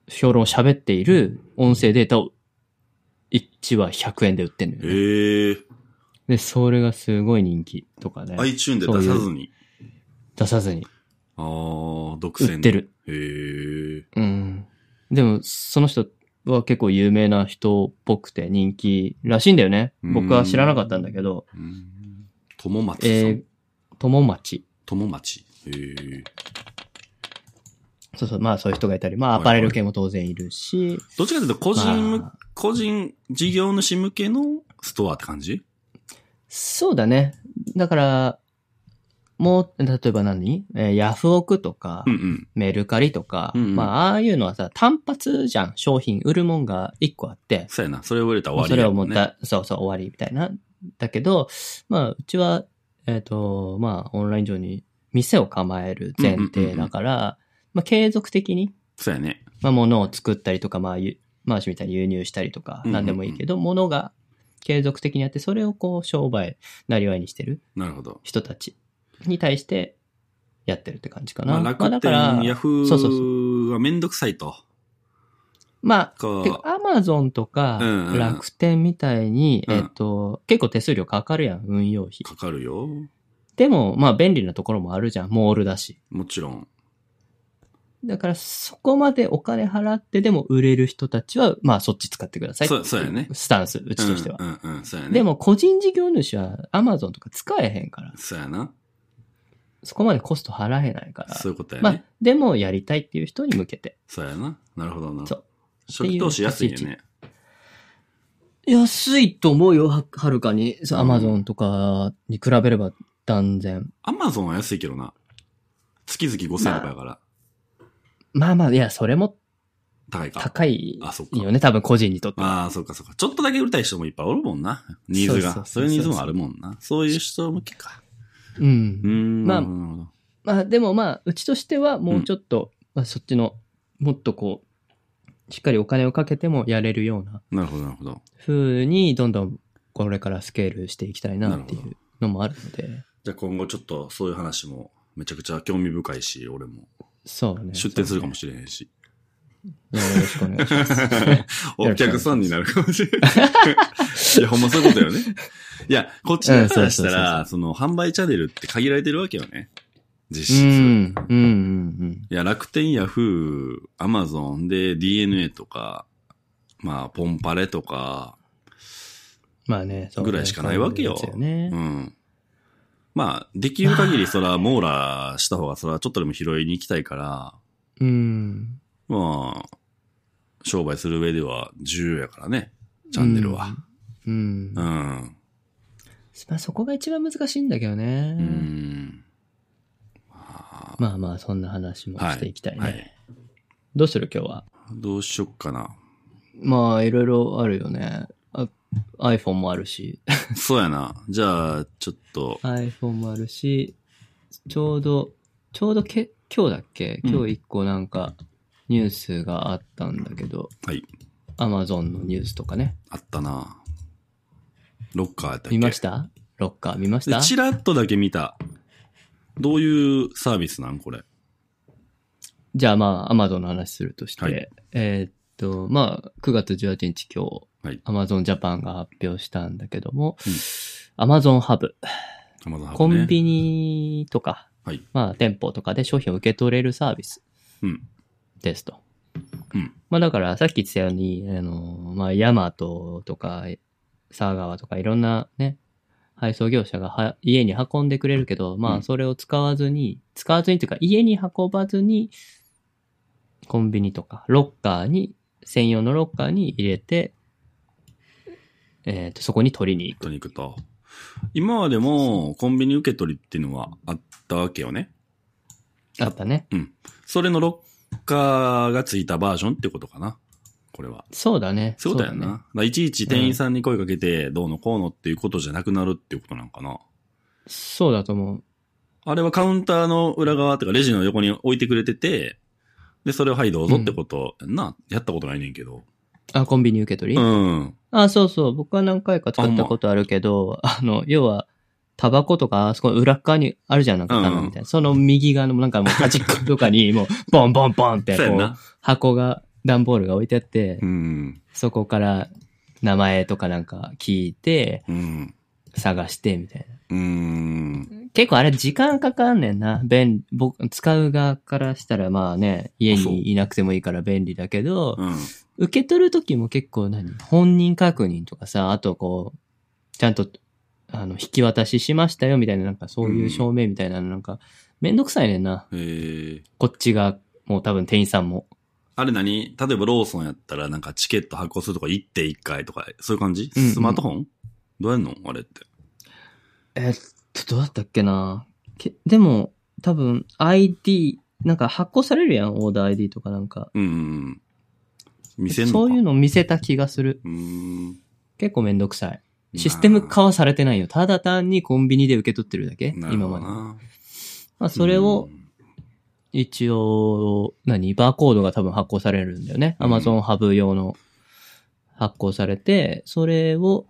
[SPEAKER 1] 評論を喋っている音声データを、1話100円で売ってんのよ、ね。
[SPEAKER 2] へえ。
[SPEAKER 1] で、それがすごい人気とかね。
[SPEAKER 2] iTune で出さずに。
[SPEAKER 1] 出さずに
[SPEAKER 2] ああ、独占で
[SPEAKER 1] 売ってる。
[SPEAKER 2] へえ。
[SPEAKER 1] うん。でも、その人は結構有名な人っぽくて人気らしいんだよね。僕は知らなかったんだけど、
[SPEAKER 2] うん友松さん。
[SPEAKER 1] えー、友町。
[SPEAKER 2] 友町。へえ。
[SPEAKER 1] そうそう、まあそういう人がいたり、まあ
[SPEAKER 2] は
[SPEAKER 1] ア
[SPEAKER 2] い
[SPEAKER 1] パレル系も当然いるし、
[SPEAKER 2] どっちかというと、個人む、
[SPEAKER 1] まあ
[SPEAKER 2] 個人事業主向けのストアって感じ
[SPEAKER 1] そうだね。だから、もう、例えば何、えーヤフオクとか、
[SPEAKER 2] うんうん。
[SPEAKER 1] メルカリとか、
[SPEAKER 2] うんうん
[SPEAKER 1] まあああいうのはさ、単発じゃん。商品、売るもんが一個あって、
[SPEAKER 2] そうやな。それを売れたら終わり
[SPEAKER 1] それ
[SPEAKER 2] や
[SPEAKER 1] を
[SPEAKER 2] も
[SPEAKER 1] 持っ
[SPEAKER 2] んね。
[SPEAKER 1] た、そうそう、終わりみたいな。だけど、まあうちは、えっ、と、まあオンライン上に店を構える前提だから、まあ継続的に
[SPEAKER 2] そうやね。
[SPEAKER 1] まあ、物を作ったりとか、まあ、ゆマーシュみたいに輸入したりとか、
[SPEAKER 2] うんうんう
[SPEAKER 1] 何
[SPEAKER 2] ん
[SPEAKER 1] でもいいけど、物が継続的にやって、それをこう、商売、なりわいにしてる
[SPEAKER 2] なるほど。
[SPEAKER 1] 人たちに対して、やってるって感じかな。
[SPEAKER 2] まあ、
[SPEAKER 1] まあ、
[SPEAKER 2] 楽
[SPEAKER 1] だから
[SPEAKER 2] 天、、ヤフ
[SPEAKER 1] そうそう
[SPEAKER 2] ーはめんどくさいと。
[SPEAKER 1] まあ、てか
[SPEAKER 2] か、
[SPEAKER 1] アマゾンとか
[SPEAKER 2] うんうん、
[SPEAKER 1] 楽天みたいに、
[SPEAKER 2] うん
[SPEAKER 1] えっ、と、結構手数料かかるやん、運用費。
[SPEAKER 2] かかるよ。
[SPEAKER 1] でも、まあ、便利なところもあるじゃん、モールだし。
[SPEAKER 2] もちろん。
[SPEAKER 1] だから、そこまでお金払ってでも売れる人たちは、まあ、そっち使ってください。
[SPEAKER 2] そうそうやね
[SPEAKER 1] スタンス、うちとしては。
[SPEAKER 2] うんうんうん。そうやね。
[SPEAKER 1] で、も個人事業主は Amazon とか使えへんから、
[SPEAKER 2] そうやな。
[SPEAKER 1] そこまでコスト払えないから。
[SPEAKER 2] そういうことや
[SPEAKER 1] まあ
[SPEAKER 2] ね。、
[SPEAKER 1] でもやりたいっていう人に向けて。
[SPEAKER 2] そうやな。なるほどな。
[SPEAKER 1] そう
[SPEAKER 2] 初期投資安いよ
[SPEAKER 1] ってい
[SPEAKER 2] ね。
[SPEAKER 1] 安いと思うよ、ははるかに。そう
[SPEAKER 2] うん
[SPEAKER 1] Amazon とかに比べれば断然。
[SPEAKER 2] アマゾンは安いけどな。月々5000円とかやから。
[SPEAKER 1] まあまあ、いや、それも
[SPEAKER 2] 高いか。
[SPEAKER 1] 高い
[SPEAKER 2] あ、そっか。
[SPEAKER 1] よね、多分個人にとっては。
[SPEAKER 2] ああ、そうかそうか。ちょっとだけ売りたい人もいっぱいおるもんな。ニ
[SPEAKER 1] そ
[SPEAKER 2] ーズ
[SPEAKER 1] うそうそうそう
[SPEAKER 2] が。そういうニーズもあるもんな。そういう人向けか。
[SPEAKER 1] う
[SPEAKER 2] うー
[SPEAKER 1] ん。
[SPEAKER 2] ん。
[SPEAKER 1] まあ
[SPEAKER 2] なるほどなるほど
[SPEAKER 1] まあでもまあ、うちとしてはもうちょっと、まあそっちのもっとこう、しっかりお金をかけてもやれるような
[SPEAKER 2] なるほど、なるほど。
[SPEAKER 1] 風に、どんどんこれからスケールしていきたいなってい
[SPEAKER 2] なる
[SPEAKER 1] うのもあるので、
[SPEAKER 2] じゃあ今後ちょっとそういう話もめちゃくちゃ興味深いし、俺も
[SPEAKER 1] そうね。
[SPEAKER 2] 出店するかもしれへんし。
[SPEAKER 1] れない。よろしくお願いします。
[SPEAKER 2] お客さんになるかもしれない。いや、ほんまそういうことよね。いや、こっち側からした
[SPEAKER 1] う
[SPEAKER 2] ら、その販売チャンネルって限られてるわけよね。
[SPEAKER 1] う
[SPEAKER 2] 実質。
[SPEAKER 1] ん、うん、うん、うん。
[SPEAKER 2] いや、楽天、ヤフー、アマゾンで DNA とか、まあ、ポンパレとか、
[SPEAKER 1] まあね、そうね
[SPEAKER 2] ぐらいしかないわけよ
[SPEAKER 1] そうなんです
[SPEAKER 2] う
[SPEAKER 1] よね。
[SPEAKER 2] ん。まあ、できる限りそら、網羅した方がそら、ちょっとでも拾いに行きたいから、
[SPEAKER 1] うん。
[SPEAKER 2] まあ、商売する上では重要やからね、チャンネルは。
[SPEAKER 1] うん。
[SPEAKER 2] う
[SPEAKER 1] ま
[SPEAKER 2] ん。
[SPEAKER 1] あそこが一番難しいんだけどね
[SPEAKER 2] う。ん。まあ
[SPEAKER 1] まあまあ、そんな話もしていきたいね。
[SPEAKER 2] はい。
[SPEAKER 1] どうする今日は。
[SPEAKER 2] どうしよっかな。
[SPEAKER 1] まあ、いろいろあるよね。あ iPhone もあるし、
[SPEAKER 2] そうやな。じゃあ、ちょっと、
[SPEAKER 1] iPhone もあるし、ちょうど、ちょうどけ今日だっけ
[SPEAKER 2] うん
[SPEAKER 1] 今日一個なんかニュースがあったんだけど、
[SPEAKER 2] はい。
[SPEAKER 1] Amazon のニュースとかね。
[SPEAKER 2] あったな。ロッカーやったっけ
[SPEAKER 1] 見ましたロッカー見ました
[SPEAKER 2] でチラッとだけ見た。どういうサービスなんこれ。
[SPEAKER 1] じゃあまあ、アマゾンの話するとして、
[SPEAKER 2] はい
[SPEAKER 1] えーっと、まあ、9月18日今日、
[SPEAKER 2] はい
[SPEAKER 1] アマゾンジャパンが発表したんだけども
[SPEAKER 2] うん、
[SPEAKER 1] アマゾンハブ、
[SPEAKER 2] アマゾン
[SPEAKER 1] コン
[SPEAKER 2] ニ。
[SPEAKER 1] ビニとか、
[SPEAKER 2] はい
[SPEAKER 1] まあ、店舗とかで商品を受け取れるサービス
[SPEAKER 2] うん。
[SPEAKER 1] ですと。
[SPEAKER 2] うん。
[SPEAKER 1] まあ、だから、さっき言ってたように、あの、まあ、ヤマトとか、佐川とか、いろんなね、配送業者がは家に運んでくれるけど、ま
[SPEAKER 2] う
[SPEAKER 1] あ、
[SPEAKER 2] ん
[SPEAKER 1] それを使わずに、使わずにというか、家に運ばずに、コンビニとか、ロッカーに、専用のロッカーに入れて、えっ、と、そこに取りに行く。
[SPEAKER 2] とに行くと。今までもコンビニ受け取りっていうのはあったわけよね。
[SPEAKER 1] あったね。
[SPEAKER 2] それのロッカーがついたバージョンってことかな。これは。
[SPEAKER 1] そうだね。
[SPEAKER 2] そういうことやんな。だ
[SPEAKER 1] だね
[SPEAKER 2] からいちいち店員さんに声かけて、どうのこうのっていうことじゃなくなるっていうことなんかな。
[SPEAKER 1] そうだと思う。
[SPEAKER 2] あれはカウンターの裏側とかレジの横に置いてくれてて、で、それをはいどうぞってこと、な、やったことないねんけど。
[SPEAKER 1] あ、コンビニ受け取り、
[SPEAKER 2] うん。
[SPEAKER 1] あ、そうそう。僕は何回か使ったことあるけど、あの、要は、タバコとか、あそこの裏っ側にあるじゃん、なんか棚みたいな。その右側の、なんかもう端っことかに、も う、ボンボンボンって、
[SPEAKER 2] そ
[SPEAKER 1] こ
[SPEAKER 2] うやん
[SPEAKER 1] う
[SPEAKER 2] な、。
[SPEAKER 1] 箱が、段ボールが置いてあって
[SPEAKER 2] う、ん。
[SPEAKER 1] そこから、名前とかなんか聞いて、
[SPEAKER 2] うん。
[SPEAKER 1] 探して、みたいな。
[SPEAKER 2] うん。
[SPEAKER 1] 結構あれ時間かかんねんな。便、僕、使う側からしたらまあね、家にいなくてもいいから便利だけど、
[SPEAKER 2] うん。
[SPEAKER 1] 受け取る時も結構何本人確認とかさ、あとこう、ちゃんと、あの、引き渡ししましたよみたいな、なんかそういう証明みたいなのなんか、めんどくさいねんな。
[SPEAKER 2] えー、
[SPEAKER 1] こっちが、もう多分店員さんも。
[SPEAKER 2] あれ何例えばローソンやったらなんかチケット発行するとか1.1回とか、そういう感じ
[SPEAKER 1] うんうん
[SPEAKER 2] スマートフォン、どうやんのあれって。
[SPEAKER 1] えっと、どうだったっけなけでも、多分 ID、なんか発行されるやん、オーダー ID とかなんか。
[SPEAKER 2] うんうん。見せんのか
[SPEAKER 1] そういうの見せた気がする。
[SPEAKER 2] うーん。
[SPEAKER 1] 結構めんどくさい。システム化はされてないよ。ただ単にコンビニで受け取ってるだけ
[SPEAKER 2] なる
[SPEAKER 1] 今
[SPEAKER 2] ほ
[SPEAKER 1] ま
[SPEAKER 2] ど
[SPEAKER 1] で。
[SPEAKER 2] な
[SPEAKER 1] まあ、それを、一応、何バーコードが多分発行されるんだよね。
[SPEAKER 2] うん
[SPEAKER 1] Amazon ハブ用の発行されて、それを、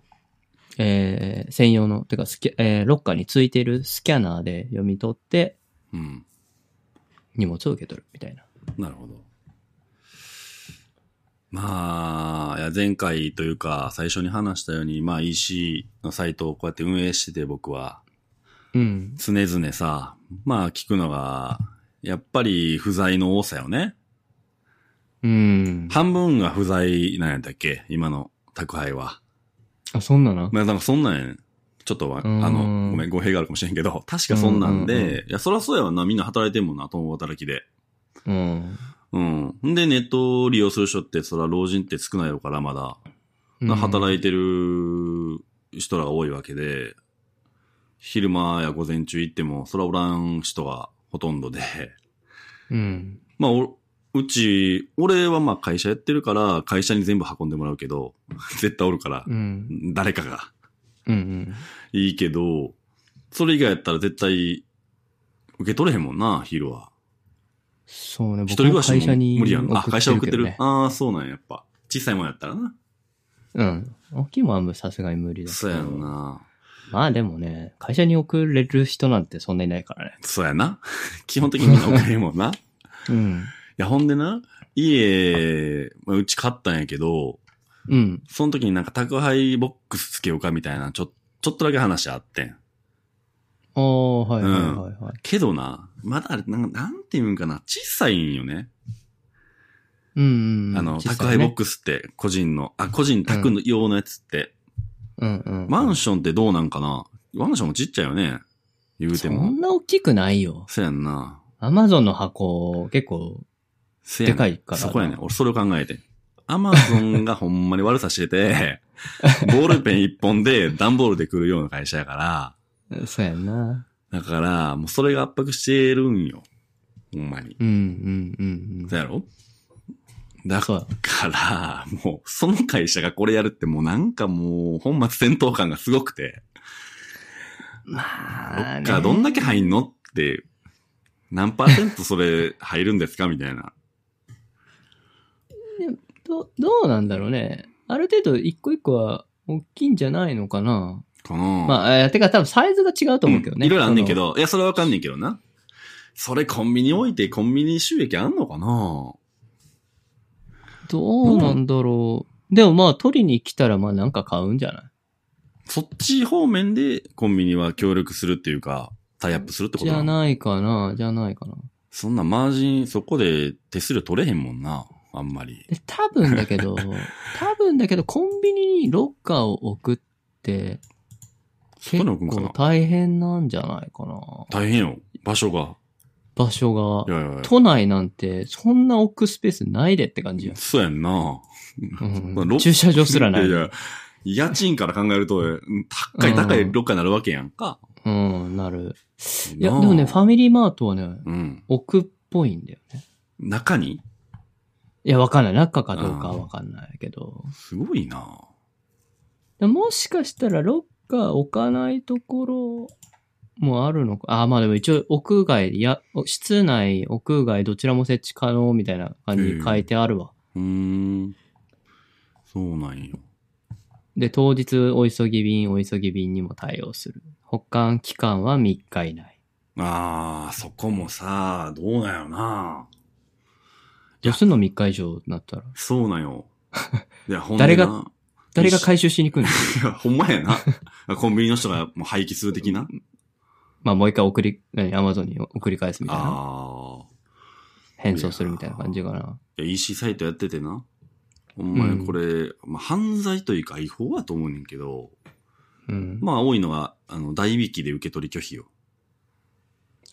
[SPEAKER 1] えー専用の、てかスキャ、えーロッカーについてるスキャナーで読み取って、
[SPEAKER 2] うん、うん
[SPEAKER 1] 荷物を受け取るみたいな。
[SPEAKER 2] なるほど。まあ、いや前回というか、最初に話したように、まあ EC のサイトをこうやって運営してて僕は、
[SPEAKER 1] うん。
[SPEAKER 2] 常々さ、まあ聞くのが、やっぱり不在の多さよね。
[SPEAKER 1] うん。
[SPEAKER 2] 半分が不在なんやったっけ今の宅配は。
[SPEAKER 1] あ、そんなの
[SPEAKER 2] まあなんかそんなんやねんちょっとわ、あ
[SPEAKER 1] うん
[SPEAKER 2] の、ごめん、語弊があるかもしれん けど、確かそんなんで、
[SPEAKER 1] うんうん
[SPEAKER 2] いや、そらそうやわな、みんな働いてんもんな、共働きで。
[SPEAKER 1] うん。
[SPEAKER 2] うん。んで、ネットを利用する人って、そら老人って少ないのから、まだ。
[SPEAKER 1] うん
[SPEAKER 2] 働いてる人らが多いわけで、昼間や午前中行っても、そらおらん人がほとんどで、
[SPEAKER 1] うん。
[SPEAKER 2] まあ、おうち、俺はまあ会社やってるから、会社に全部運んでもらうけど、 絶対おるから
[SPEAKER 1] う、ん。
[SPEAKER 2] 誰かが。
[SPEAKER 1] うん。うん。
[SPEAKER 2] いいけど、それ以外やったら絶対、受け取れへんもんな、昼は。
[SPEAKER 1] そうね、僕
[SPEAKER 2] 一人暮
[SPEAKER 1] も
[SPEAKER 2] らし
[SPEAKER 1] 会社に
[SPEAKER 2] も無理やん。あ、会社送って
[SPEAKER 1] けど
[SPEAKER 2] る
[SPEAKER 1] ね。
[SPEAKER 2] ああ、そうなんや、やっぱ。小さいもんやったらな。
[SPEAKER 1] うん。大きいもんはさすがに無理だけど
[SPEAKER 2] そうやんな。
[SPEAKER 1] まあでもね、会社に送れる人なんてそんなにいないからね。
[SPEAKER 2] そうやな。 基本的にみんなお金もん な。い
[SPEAKER 1] うん。
[SPEAKER 2] や、ほんでな、家、まあうち買ったんやけど、
[SPEAKER 1] うん。
[SPEAKER 2] その時になんか宅配ボックスつけようかみたいな、ちょ、ちょっとだけ話あってん。
[SPEAKER 1] ああ、はいはいはいはい。
[SPEAKER 2] けどな、まだあれ、なんかなんていうんかな、小さいんよね。
[SPEAKER 1] うん、うんうん。
[SPEAKER 2] あの、
[SPEAKER 1] 小
[SPEAKER 2] 宅
[SPEAKER 1] さい
[SPEAKER 2] 配
[SPEAKER 1] ね
[SPEAKER 2] ボックスって、個人の、あ、個人宅の用のやつって、
[SPEAKER 1] うんうん。
[SPEAKER 2] マンションってどうなんかなマンションもちっちゃいよね。言うて
[SPEAKER 1] そ
[SPEAKER 2] も
[SPEAKER 1] ん。な大きくないよ。
[SPEAKER 2] そやんな。
[SPEAKER 1] アマゾンの箱、結構、
[SPEAKER 2] せやね
[SPEAKER 1] で
[SPEAKER 2] ん
[SPEAKER 1] かいからな
[SPEAKER 2] そこやねん。俺それを考えてん。アマゾンがほんまに悪さし てて、ボールペン一本で段ボールで来るような会社やから、
[SPEAKER 1] そうやんな。
[SPEAKER 2] だから、もうそれが圧迫してるんよ。ほんまに。
[SPEAKER 1] うんうんうんうん。
[SPEAKER 2] そうやろだ
[SPEAKER 1] そうや
[SPEAKER 2] から、もう、その会社がこれやるってもうなんかもう、本末転倒感がすごくて、ロ
[SPEAKER 1] まあ、
[SPEAKER 2] ッ
[SPEAKER 1] ね。
[SPEAKER 2] カーどんだけ入んのって、何パーセントそれ入るんですかみたいな。
[SPEAKER 1] ど、どうなんだろうね。ある程度、一個一個は、大きいんじゃないのかな。
[SPEAKER 2] この、
[SPEAKER 1] まあ、えーてか多分サイズが違うと思うけどね。
[SPEAKER 2] んいろいろあんねんけ
[SPEAKER 1] その。
[SPEAKER 2] ど、いや、それはわかんねんけどな。それコンビニ置いてコンビニ収益あんのかな
[SPEAKER 1] どうなんだろう。でもまあ、取りに来たら、まあなんか買うんじゃない
[SPEAKER 2] そっち方面でコンビニは協力するっていうか、タイアップするってこと
[SPEAKER 1] じゃ
[SPEAKER 2] なの
[SPEAKER 1] ないかな、じゃないかな。
[SPEAKER 2] そんなマージン、そこで手数料取れへんもんな。あんまり。
[SPEAKER 1] で多分だけ ど、多分だけど、コンビニにロッカーを置くって、
[SPEAKER 2] そこ
[SPEAKER 1] 結
[SPEAKER 2] に置くんか
[SPEAKER 1] 構
[SPEAKER 2] な
[SPEAKER 1] 大変なんじゃないかな。
[SPEAKER 2] 大変よ。場所が。
[SPEAKER 1] 場所
[SPEAKER 2] い
[SPEAKER 1] が。
[SPEAKER 2] やいやいや
[SPEAKER 1] 都内なんて、そんな置くスペースないでって感じや。
[SPEAKER 2] そうやんな。
[SPEAKER 1] うん
[SPEAKER 2] まあロッ
[SPEAKER 1] 駐車場すらない。
[SPEAKER 2] いやや家賃から考えると、うん高い高いロッカーになるわけやんか。
[SPEAKER 1] うん、なる。いや、
[SPEAKER 2] なあ
[SPEAKER 1] でもね、ファミリーマートはね、
[SPEAKER 2] うん。
[SPEAKER 1] 置くっぽいんだよね。
[SPEAKER 2] 中に
[SPEAKER 1] いや、わかんない。中かどうかはわかんないけど。
[SPEAKER 2] すごいな。
[SPEAKER 1] でもしかしたらロッカー置かないところもあるのか。あ、まあでも一応屋外、いや、室内、屋外、どちらも設置可能みたいな感じに書いてあるわ。
[SPEAKER 2] うーん。そうなんよ。
[SPEAKER 1] で、当日お急ぎ便、お急ぎ便にも対応する。保管期間は3日以内。
[SPEAKER 2] ああ、そこもさ、どうなんよな。
[SPEAKER 1] どうすんの3日以上になったら。
[SPEAKER 2] そうなん よ。いや、ほん
[SPEAKER 1] 誰
[SPEAKER 2] で
[SPEAKER 1] が
[SPEAKER 2] な。
[SPEAKER 1] 誰が回収しに 行くんです
[SPEAKER 2] いや、ほんまや な。コンビニの人がもう廃棄する的な。
[SPEAKER 1] まあもう一回送り、何、アマゾンに送り返すみたいな。
[SPEAKER 2] ああ。
[SPEAKER 1] 返送するみたいな感じかな。
[SPEAKER 2] いや EC サイトやっててな。ほんまにこれ、まあ、犯罪というか違法やと思うねんけど、
[SPEAKER 1] うん。
[SPEAKER 2] まあ多いのが、あの、代引きで受け取り拒否よ。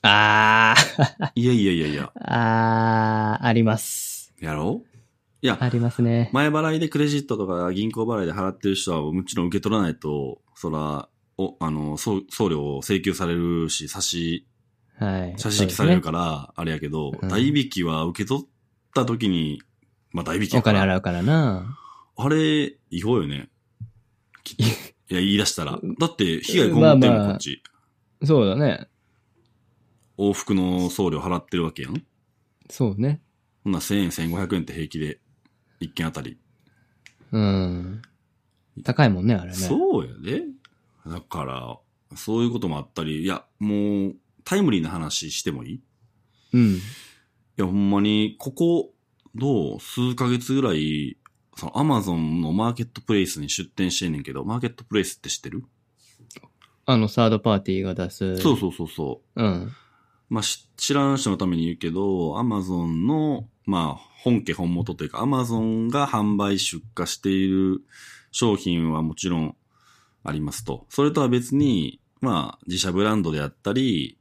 [SPEAKER 1] あー、
[SPEAKER 2] いやいやいやいや、
[SPEAKER 1] あー、あります。
[SPEAKER 2] やろういや、
[SPEAKER 1] ありますね。
[SPEAKER 2] 前払いでクレジットとか銀行払いで払ってる人はもちろん受け取らないと、そら、お、あの、送送料を請求されるし、差し、
[SPEAKER 1] はい。
[SPEAKER 2] 差し引きされるから、あれやけど、
[SPEAKER 1] うん
[SPEAKER 2] 代引きは受け取った時に、まあ代引き
[SPEAKER 1] そうですねお
[SPEAKER 2] やか
[SPEAKER 1] 金払
[SPEAKER 2] ら。
[SPEAKER 1] うからな。
[SPEAKER 2] あれ、違法よね。きっ といや、言い出したら。だって、被害こもってん
[SPEAKER 1] まあ
[SPEAKER 2] もん
[SPEAKER 1] まあ
[SPEAKER 2] こっち。
[SPEAKER 1] そうだね。
[SPEAKER 2] 往復の送料払ってるわけやん。
[SPEAKER 1] そうね。
[SPEAKER 2] ほんなら1000円、1500円って平気で、1件あたり。
[SPEAKER 1] うん。高いもんね、あれね。
[SPEAKER 2] そうやで。だから、そういうこともあったり、いや、もう、タイムリーな話してもいいい
[SPEAKER 1] うん。
[SPEAKER 2] や、ほんまに、ここ、どう数ヶ月ぐらい、その、アマゾンのマーケットプレイスに出店してんねんけど、マーケットプレイスって知ってる、
[SPEAKER 1] あの、サードパーティーが出す。
[SPEAKER 2] そうそうそうそう。
[SPEAKER 1] う。うん。
[SPEAKER 2] まあ、し知らん人のために言うけど、アマゾンの、まあ、本家本元というか、アマゾンが販売出荷している商品はもちろんありますと。それとは別に、まあ、自社ブランドであったり、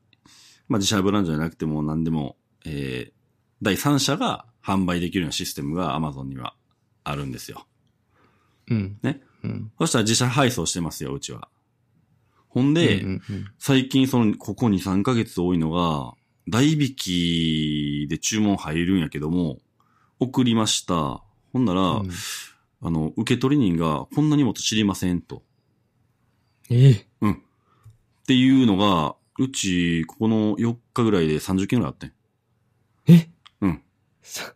[SPEAKER 2] まあ、自社ブランドじゃなくても何でも、えー、第三者が販売できるようなシステムがアマゾンにはあるんですよ。
[SPEAKER 1] うん。
[SPEAKER 2] ね。
[SPEAKER 1] うん。
[SPEAKER 2] そしたら自社配送してますよ、うちは。ほんで、
[SPEAKER 1] うんうんうん
[SPEAKER 2] 最近その、ここ2、3ヶ月多いのが、代引きで注文入るんやけども、送りました。ほんなら、
[SPEAKER 1] うん
[SPEAKER 2] あの、受取人が、こんな荷物知りませんと。
[SPEAKER 1] ええ
[SPEAKER 2] っていうのが、うち、ここの4日ぐらいで30件ぐらいあってん。
[SPEAKER 1] え
[SPEAKER 2] うん
[SPEAKER 1] さ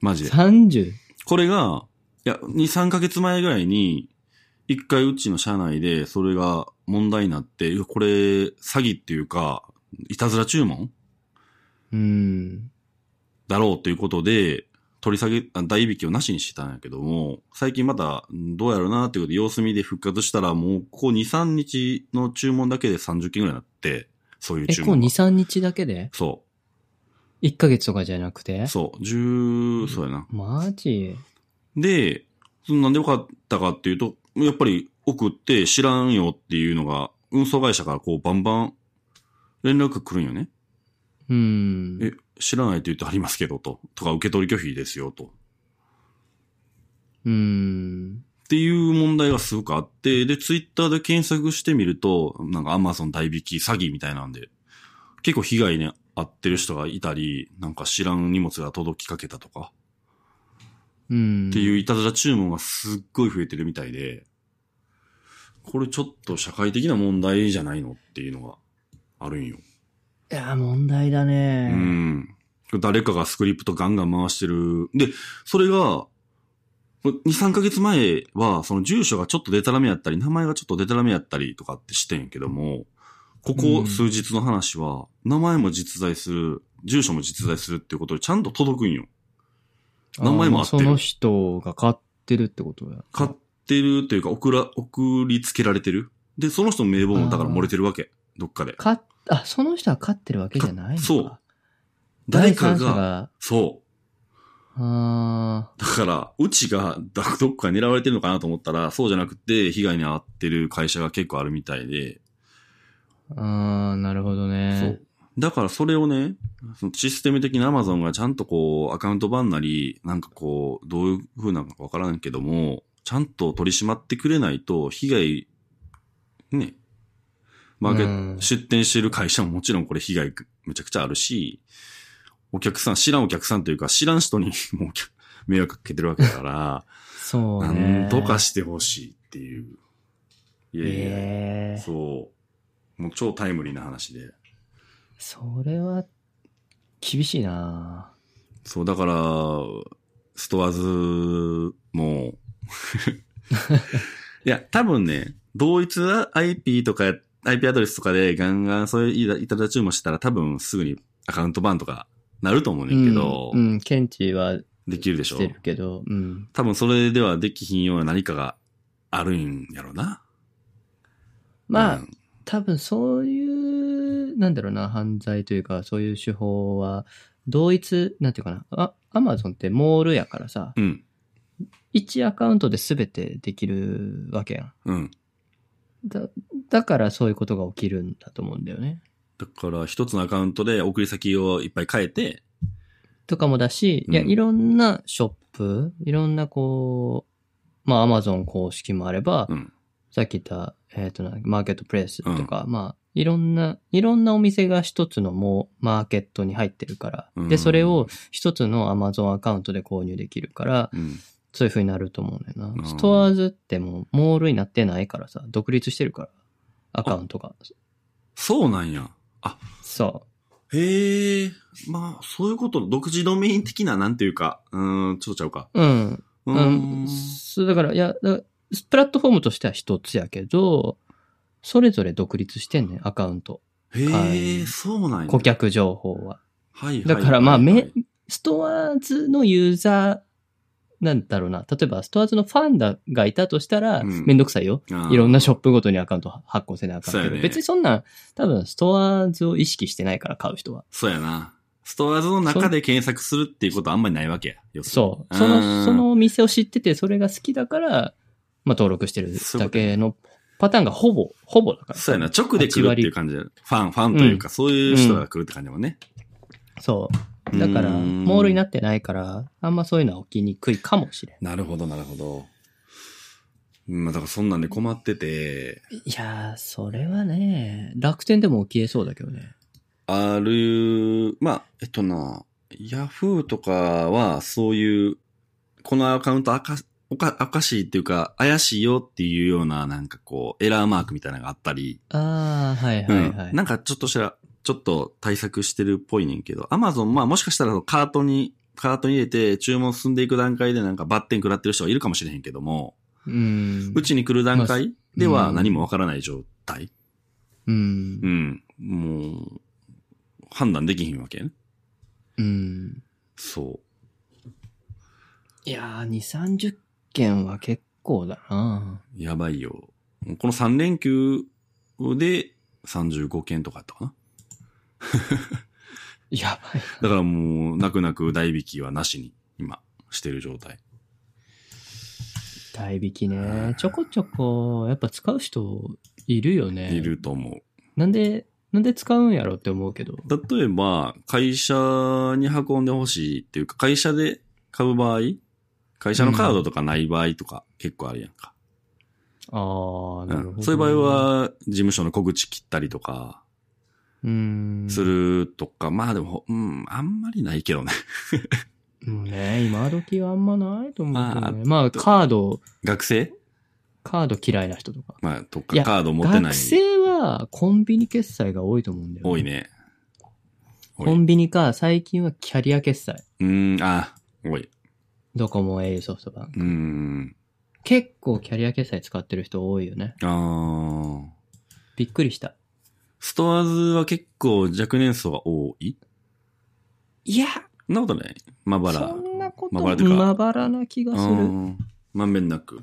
[SPEAKER 2] マジで。
[SPEAKER 1] 30?
[SPEAKER 2] これが、いや、2、3ヶ月前ぐらいに、一回うちの社内でそれが問題になって、いやこれ詐欺っていうか、いたずら注文
[SPEAKER 1] うん。
[SPEAKER 2] だろうということで、取り下げ、あ代引きをなしにしてたんやけども、最近またんどうやろうなっていうことで様子見で復活したら、もうここ2、3日の注文だけで30件ぐらいになって、そういう
[SPEAKER 1] え、
[SPEAKER 2] 注
[SPEAKER 1] こう
[SPEAKER 2] 文
[SPEAKER 1] 2、
[SPEAKER 2] が。
[SPEAKER 1] 3日だけで
[SPEAKER 2] そ
[SPEAKER 1] ?1 ヶ月とかじゃなくて
[SPEAKER 2] う。そう。10、そうやな。
[SPEAKER 1] マジ
[SPEAKER 2] で、そのなんでよかったかっていうと、やっぱり送って知らんよっていうのが、運送会社からこうバンバン連絡来るんよね。
[SPEAKER 1] うん。
[SPEAKER 2] え、知らないと言ってありますけどと。とか受け取り拒否ですよと。
[SPEAKER 1] うん。
[SPEAKER 2] っていう問題がすごくあって、で、ツイッターで検索してみると、なんかアマゾン代引き詐欺みたいなんで、結構被害に遭ってる人がいたり、なんか知らん荷物が届きかけたとか、
[SPEAKER 1] うん。
[SPEAKER 2] っていういたずら注文がすっごい増えてるみたいで、これちょっと社会的な問題じゃないのっていうのがあるんよ。
[SPEAKER 1] いや、問題だ
[SPEAKER 2] う
[SPEAKER 1] ね。
[SPEAKER 2] ん。誰かがスクリプトガンガン回してる。で、それが、2、3ヶ月前は、その住所がちょっとデタラメやったり、名前がちょっとデタラメやったりとかってしてんやけども、ここ数日の話は、名前も実在する、住所も実在するっていうことでちゃんと届くんよ。名前も合ってる
[SPEAKER 1] あーまあその人が買ってるってことだ。
[SPEAKER 2] 買ってるというか、送ら、送りつけられてる。で、その人の名簿もだから漏れてるわけ。どっかで。
[SPEAKER 1] 買っ、あ、その人は買ってるわけじゃないのか。
[SPEAKER 2] そう。誰
[SPEAKER 1] 第
[SPEAKER 2] か
[SPEAKER 1] 三
[SPEAKER 2] が、
[SPEAKER 1] 者が。
[SPEAKER 2] そ
[SPEAKER 1] あ
[SPEAKER 2] う。だから、うちがだどっか狙われてるのかなと思ったら、そうじゃなくて、被害に遭ってる会社が結構あるみたいで、
[SPEAKER 1] ーあー、なるほどね。
[SPEAKER 2] そう。だからそれをね、そのシステム的な Amazon がちゃんとこう、アカウント版なり、なんかこう、どういう風なのかわからんけども、ちゃんと取り締まってくれないと、被害、ね、マーケッ
[SPEAKER 1] うん
[SPEAKER 2] ト、出店してる会社ももちろんこれ被害めちゃくちゃあるし、お客さん、知らんお客さんというか、知らん人にもう迷惑かけてるわけだから、
[SPEAKER 1] そう
[SPEAKER 2] な
[SPEAKER 1] ね。
[SPEAKER 2] んとかしてほしいっていう。いやいやいや、
[SPEAKER 1] ええ
[SPEAKER 2] そう。もう超タイムリーな話で。
[SPEAKER 1] それは、厳しいな
[SPEAKER 2] そう、だから、ストアーズも、 いや、多分ね、同一 IP とか、IP アドレスとかでガンガンそういういただ注文したら多分すぐにアカウントバンとかなると思うねんけど、
[SPEAKER 1] うん、うん、検知は
[SPEAKER 2] できるでしょ
[SPEAKER 1] してるけど、うん。
[SPEAKER 2] 多分それではできひんような何かがあるんやろな。
[SPEAKER 1] まあ、
[SPEAKER 2] うん
[SPEAKER 1] 多分そういう、なんだろうな、犯罪というか、そういう手法は、同一、なんていうかな、あアマゾンってモールやからさ、
[SPEAKER 2] うん、
[SPEAKER 1] 一アカウントで全てできるわけやん。
[SPEAKER 2] うん。
[SPEAKER 1] だ、だからそういうことが起きるんだと思うんだよね。
[SPEAKER 2] だから一つのアカウントで送り先をいっぱい変えて、
[SPEAKER 1] とかもだし、いや、
[SPEAKER 2] うん
[SPEAKER 1] いろんなショップ、いろんなこう、まあ、アマゾン公式もあれば、
[SPEAKER 2] うん、
[SPEAKER 1] さっき言った、えっ、とな、マーケットプレイスとか、まあ、いろんな、いろんなお店が一つのもう、マーケットに入ってるから、
[SPEAKER 2] うん
[SPEAKER 1] で、それを一つのアマゾンアカウントで購入できるから、
[SPEAKER 2] うん、
[SPEAKER 1] そういう風になると思うんだよ
[SPEAKER 2] う
[SPEAKER 1] な。
[SPEAKER 2] ん
[SPEAKER 1] ストアーズってもう、モールになってないからさ、独立してるから、アカウントが。
[SPEAKER 2] そうなんや。あ、
[SPEAKER 1] そう。
[SPEAKER 2] へえ、まあ、そういうこと、独自ドメイン的な、なんていうか、うーん、ちょっとちゃうか。
[SPEAKER 1] うん。
[SPEAKER 2] う
[SPEAKER 1] う
[SPEAKER 2] ー
[SPEAKER 1] ん。そうだから、いや、だプラットフォームとしては一つやけど、それぞれ独立してんねん、アカウント。
[SPEAKER 2] へ
[SPEAKER 1] は
[SPEAKER 2] え、
[SPEAKER 1] い
[SPEAKER 2] そうなんや。
[SPEAKER 1] 顧。客情報は。
[SPEAKER 2] はい、はい。
[SPEAKER 1] だからまあ
[SPEAKER 2] はい
[SPEAKER 1] め
[SPEAKER 2] はい
[SPEAKER 1] ストアーズのユーザー、なんだろうな。例えば、ストアーズのファンだがいたとしたら、
[SPEAKER 2] うん
[SPEAKER 1] めんどくさいよ。
[SPEAKER 2] あー
[SPEAKER 1] いろんなショップごとにアカウント発行せなあかん
[SPEAKER 2] そう
[SPEAKER 1] け
[SPEAKER 2] や
[SPEAKER 1] ど、
[SPEAKER 2] ね
[SPEAKER 1] 別にそんなん、多分、ストアーズを意識してないから、買う人は。
[SPEAKER 2] そうやな。ストアーズの中で検索するっていうことはあんまりないわけや。要するに
[SPEAKER 1] そう。その、そ、
[SPEAKER 2] あ
[SPEAKER 1] のお店を知ってて、それが好きだから、まあ、登録してるだけのパターンがほぼ、ほぼだか
[SPEAKER 2] ー
[SPEAKER 1] ら。
[SPEAKER 2] そうやな。直で来るっていう感じだよファン、ファンというか、そういう人が来るって感じだもんね。
[SPEAKER 1] そう。だから、
[SPEAKER 2] うーん
[SPEAKER 1] モールになってないから、あんまそういうのは起きにくいかもしれん。
[SPEAKER 2] なるほど、なるほど。うんまあ、だからそんなんで困ってて、
[SPEAKER 1] いやー、それはね、楽天でも起きえそうだけどね。
[SPEAKER 2] ある、まあ、えっとな、ヤフーとかは、そういう、このアカウントあか、おか、おかしいっていうか、怪しいよっていうような、なんかこう、エラーマークみたいなのがあったり、
[SPEAKER 1] あー、はいはいはい。
[SPEAKER 2] うんなんかちょっとした、ちょっと対策してるっぽいねんけど、アマゾン、まあもしかしたらカートに、カートに入れて注文進んでいく段階でなんかバッテン食らってる人がいるかもしれへんけども、
[SPEAKER 1] うん。
[SPEAKER 2] うちに来る段階で
[SPEAKER 1] う
[SPEAKER 2] は
[SPEAKER 1] ん
[SPEAKER 2] 何もわからない状態。
[SPEAKER 1] うん
[SPEAKER 2] う。ん。もう、判断できひんわけね。
[SPEAKER 1] うん。
[SPEAKER 2] そ
[SPEAKER 1] いやー、2、30件は結構だな
[SPEAKER 2] う。やばいよ。この3連休で35件とかあったかな。
[SPEAKER 1] やばい。
[SPEAKER 2] だからもう、泣く泣く代引きはなしに、今、してる状態。
[SPEAKER 1] 代引きね。ちょこちょこ、やっぱ使う人いるよね。
[SPEAKER 2] い。ると思う。
[SPEAKER 1] なんで、なんで使うんやろって思うけど。
[SPEAKER 2] 例えば、会社に運んでほしいっていうか、会社で買う場合、会社のカードとかない場合とか結構あるやんか。
[SPEAKER 1] ああ、なるほど、
[SPEAKER 2] うんそういう場合、は、事務所の小口切ったりとか、
[SPEAKER 1] うん。
[SPEAKER 2] す。るとか、まあでも、うん、あんまりないけどね。
[SPEAKER 1] うんね、今時はあんまないと思うけどね。まあ、
[SPEAKER 2] と
[SPEAKER 1] カード、
[SPEAKER 2] 学生
[SPEAKER 1] カード嫌いな人とか。
[SPEAKER 2] まあ、と
[SPEAKER 1] い
[SPEAKER 2] か
[SPEAKER 1] や
[SPEAKER 2] カード持ってない
[SPEAKER 1] 学。生はコンビニ決済が多いと思うんだよ、
[SPEAKER 2] 多い。ね。多
[SPEAKER 1] コ
[SPEAKER 2] い。
[SPEAKER 1] ンビニか、最近はキャリア決済。
[SPEAKER 2] うん、あ、多い。
[SPEAKER 1] ドコモ、au ソフトバンク。
[SPEAKER 2] うん、
[SPEAKER 1] 結構キャリア決済使ってる人多いよね。
[SPEAKER 2] あー
[SPEAKER 1] びっくりした。
[SPEAKER 2] ストアーズは結構若年層が多い
[SPEAKER 1] いや、
[SPEAKER 2] そんなことないまばら。
[SPEAKER 1] そんなこと
[SPEAKER 2] まばらというか
[SPEAKER 1] まばらな気がす
[SPEAKER 2] う
[SPEAKER 1] る。
[SPEAKER 2] んまんべんなく。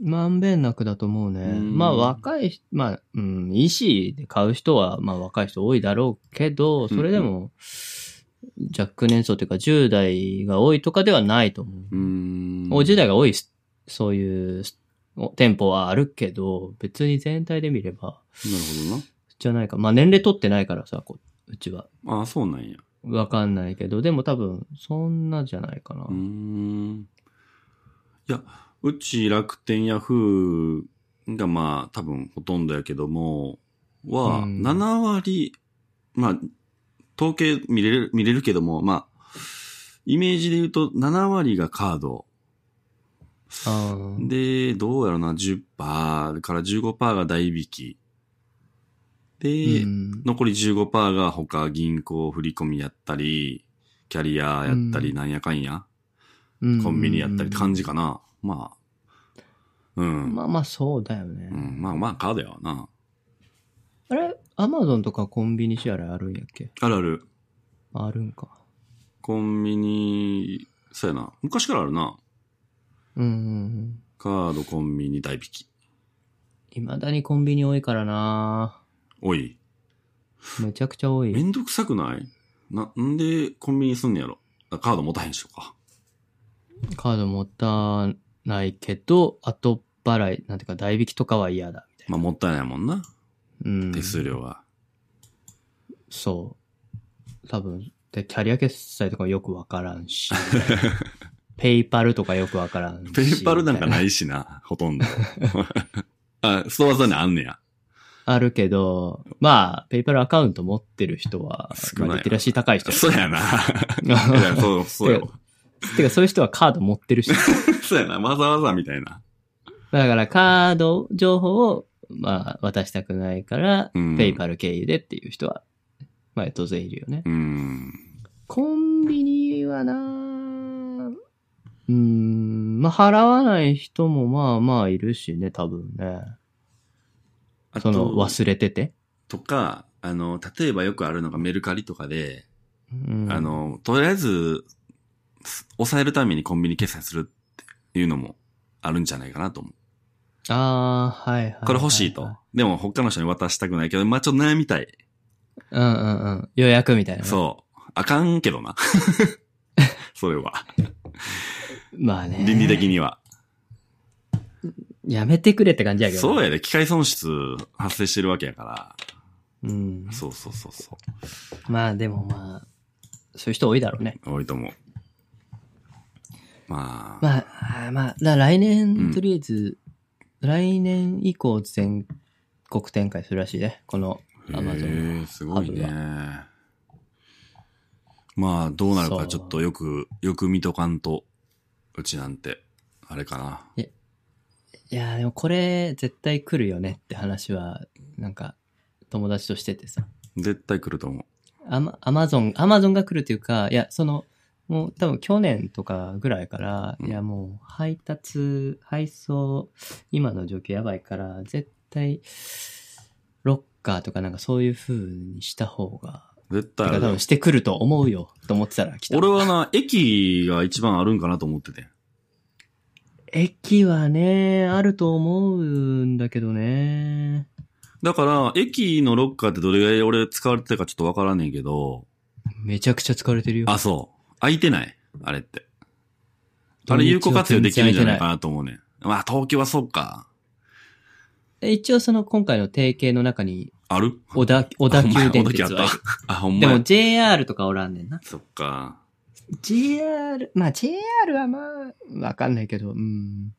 [SPEAKER 1] まんべんなくだと思うね。
[SPEAKER 2] うん
[SPEAKER 1] まあ若い、まあ、うん、EC で買う人は、まあ若い人多いだろうけど、それでも、若年層というか10代が多いとかではないと思う。
[SPEAKER 2] うーん。
[SPEAKER 1] お10代が多いす、そういうすお店舗はあるけど、別に全体で見れば、
[SPEAKER 2] なるほ
[SPEAKER 1] じゃないか。まあ年齢取ってないからさ、こううちは。
[SPEAKER 2] どな。ああ、そうなんや。
[SPEAKER 1] わかんないけど、でも多分、そんなじゃないかな。
[SPEAKER 2] うーん。いや、うち楽天ヤフーがまあ多分ほとんどやけども、は、
[SPEAKER 1] うん
[SPEAKER 2] 7割、まあ、統計見れる、見れるけども、まあ、イメージで言うと7割がカード。
[SPEAKER 1] あー
[SPEAKER 2] で、どうやろな、10%から15%が代引き。で、
[SPEAKER 1] うん
[SPEAKER 2] 残り15%が他銀行振り込みやったり、キャリアやった
[SPEAKER 1] う
[SPEAKER 2] り、
[SPEAKER 1] ん
[SPEAKER 2] なんやかんや、
[SPEAKER 1] うん
[SPEAKER 2] コンビニやったりって感じかな。まあ、うん。
[SPEAKER 1] まあまあそうだよね。
[SPEAKER 2] うん、まあまあ、カードやわな。
[SPEAKER 1] あれアマゾンとかコンビニ支払いあるんやっけ
[SPEAKER 2] あるある。
[SPEAKER 1] あるんか。
[SPEAKER 2] コンビニ、そうやな。昔からあるな。
[SPEAKER 1] うんうんうん。
[SPEAKER 2] カード、コンビニ、代引き。
[SPEAKER 1] 未だにコンビニ多いからな
[SPEAKER 2] おい。
[SPEAKER 1] めちゃくちゃ多
[SPEAKER 2] め
[SPEAKER 1] い。
[SPEAKER 2] んどくさくないな、んでコンビニすんねやろ。あカード持たへんしとか。
[SPEAKER 1] カード持たないけど、後払い、なんていうか代引きとかは嫌だ。みたい
[SPEAKER 2] まあ、もったいないもんな。
[SPEAKER 1] な。うん。
[SPEAKER 2] 手数料は。
[SPEAKER 1] そう。多分。で、キャリア決済とかよくわからん し。みたいなペイパルとかよくわからんし。。
[SPEAKER 2] ペイパルなんかないいしな、ほとんど。 あ、ストアーズにあんねや。
[SPEAKER 1] あるけど、まあ、ペイパルアカウント持ってる人は、
[SPEAKER 2] 少
[SPEAKER 1] ま
[SPEAKER 2] ない
[SPEAKER 1] あリテラシー高い人
[SPEAKER 2] そう やな。いやそう、そうよ。
[SPEAKER 1] てか、そういう人はカード持ってるし。
[SPEAKER 2] そうやな。わざわざみたいな。
[SPEAKER 1] だから、カード情報を、まあ、渡したくないから、
[SPEAKER 2] うん
[SPEAKER 1] ペイパル経由でっていう人は、まあ、当然いるよね。
[SPEAKER 2] うん。
[SPEAKER 1] コンビニはなぁうーん、まあ、払わない人もまあまあいるしね、多分ね。
[SPEAKER 2] あ
[SPEAKER 1] その、
[SPEAKER 2] と、
[SPEAKER 1] 忘れてて。
[SPEAKER 2] とか、あの、例えばよくあるのがメルカリとかで、
[SPEAKER 1] うん
[SPEAKER 2] あ、の、とりあえず、す抑えるためにコンビニ決済するっていうのもあるんじゃないかなと思う。
[SPEAKER 1] ああ、はいはいはい。
[SPEAKER 2] これ欲しいと。でも他の人に渡したくないけど、まあちょっと悩みたい。
[SPEAKER 1] うんうんうん。予約みたいなね。
[SPEAKER 2] そう。あかんけ どな。それは。
[SPEAKER 1] まあね。
[SPEAKER 2] 倫理的には。
[SPEAKER 1] やめてくれって感じやけど。
[SPEAKER 2] そうやで、機械損失発生してるわけやから。
[SPEAKER 1] うん。
[SPEAKER 2] そうそうそうそ
[SPEAKER 1] まあでもまあ、そういう人多いだろうね。
[SPEAKER 2] う。多いと思う。まあ、
[SPEAKER 1] まああー、まあ、だから来年、
[SPEAKER 2] うん
[SPEAKER 1] とりあえず、来年以降全国展開するらしいね。この
[SPEAKER 2] へえ
[SPEAKER 1] Amazon の。
[SPEAKER 2] すごいね
[SPEAKER 1] ハブ。
[SPEAKER 2] まあ、どうなる
[SPEAKER 1] そ
[SPEAKER 2] か
[SPEAKER 1] う
[SPEAKER 2] ちょっとよく、よく見とかんと、うちなんて、あれかな。
[SPEAKER 1] いやーでもこれ絶対来るよねって話は、なんか友達としててさ。
[SPEAKER 2] 絶対来ると思
[SPEAKER 1] アマアマゾン、アマゾンが来るというか、いや、その、もう多分去年とかぐらいから、
[SPEAKER 2] うん
[SPEAKER 1] いやもう配達、配送、今の状況やばいから、絶対、ロッカーとかなんかそういう風にした方が、
[SPEAKER 2] う。絶
[SPEAKER 1] て
[SPEAKER 2] 対あ
[SPEAKER 1] か
[SPEAKER 2] る
[SPEAKER 1] 多
[SPEAKER 2] だろ
[SPEAKER 1] 分してくると思うよ、と思ってたら来た。
[SPEAKER 2] 俺はな、駅が一番あるんかなと思ってて。
[SPEAKER 1] 駅はね、あると思うんだけどね。
[SPEAKER 2] だから、駅のロッカーってどれぐらい俺使われてたかちょっとわからんねんけど、
[SPEAKER 1] めちゃくちゃ疲れてるよ。
[SPEAKER 2] あ、そう。空いてないあれって。あれ有効活用できるんじゃないかなと思うねん。まあ、東京はそうか。
[SPEAKER 1] で一応その今回の提携の中に、
[SPEAKER 2] ある
[SPEAKER 1] 小田、小田急電鉄
[SPEAKER 2] あほんま
[SPEAKER 1] は
[SPEAKER 2] や小田急あった。あ、ほん
[SPEAKER 1] で
[SPEAKER 2] ま
[SPEAKER 1] も
[SPEAKER 2] や。
[SPEAKER 1] JR とかおらんねんな。
[SPEAKER 2] そっか。
[SPEAKER 1] JR、まあ JR はまあ、わかんないけど、うん。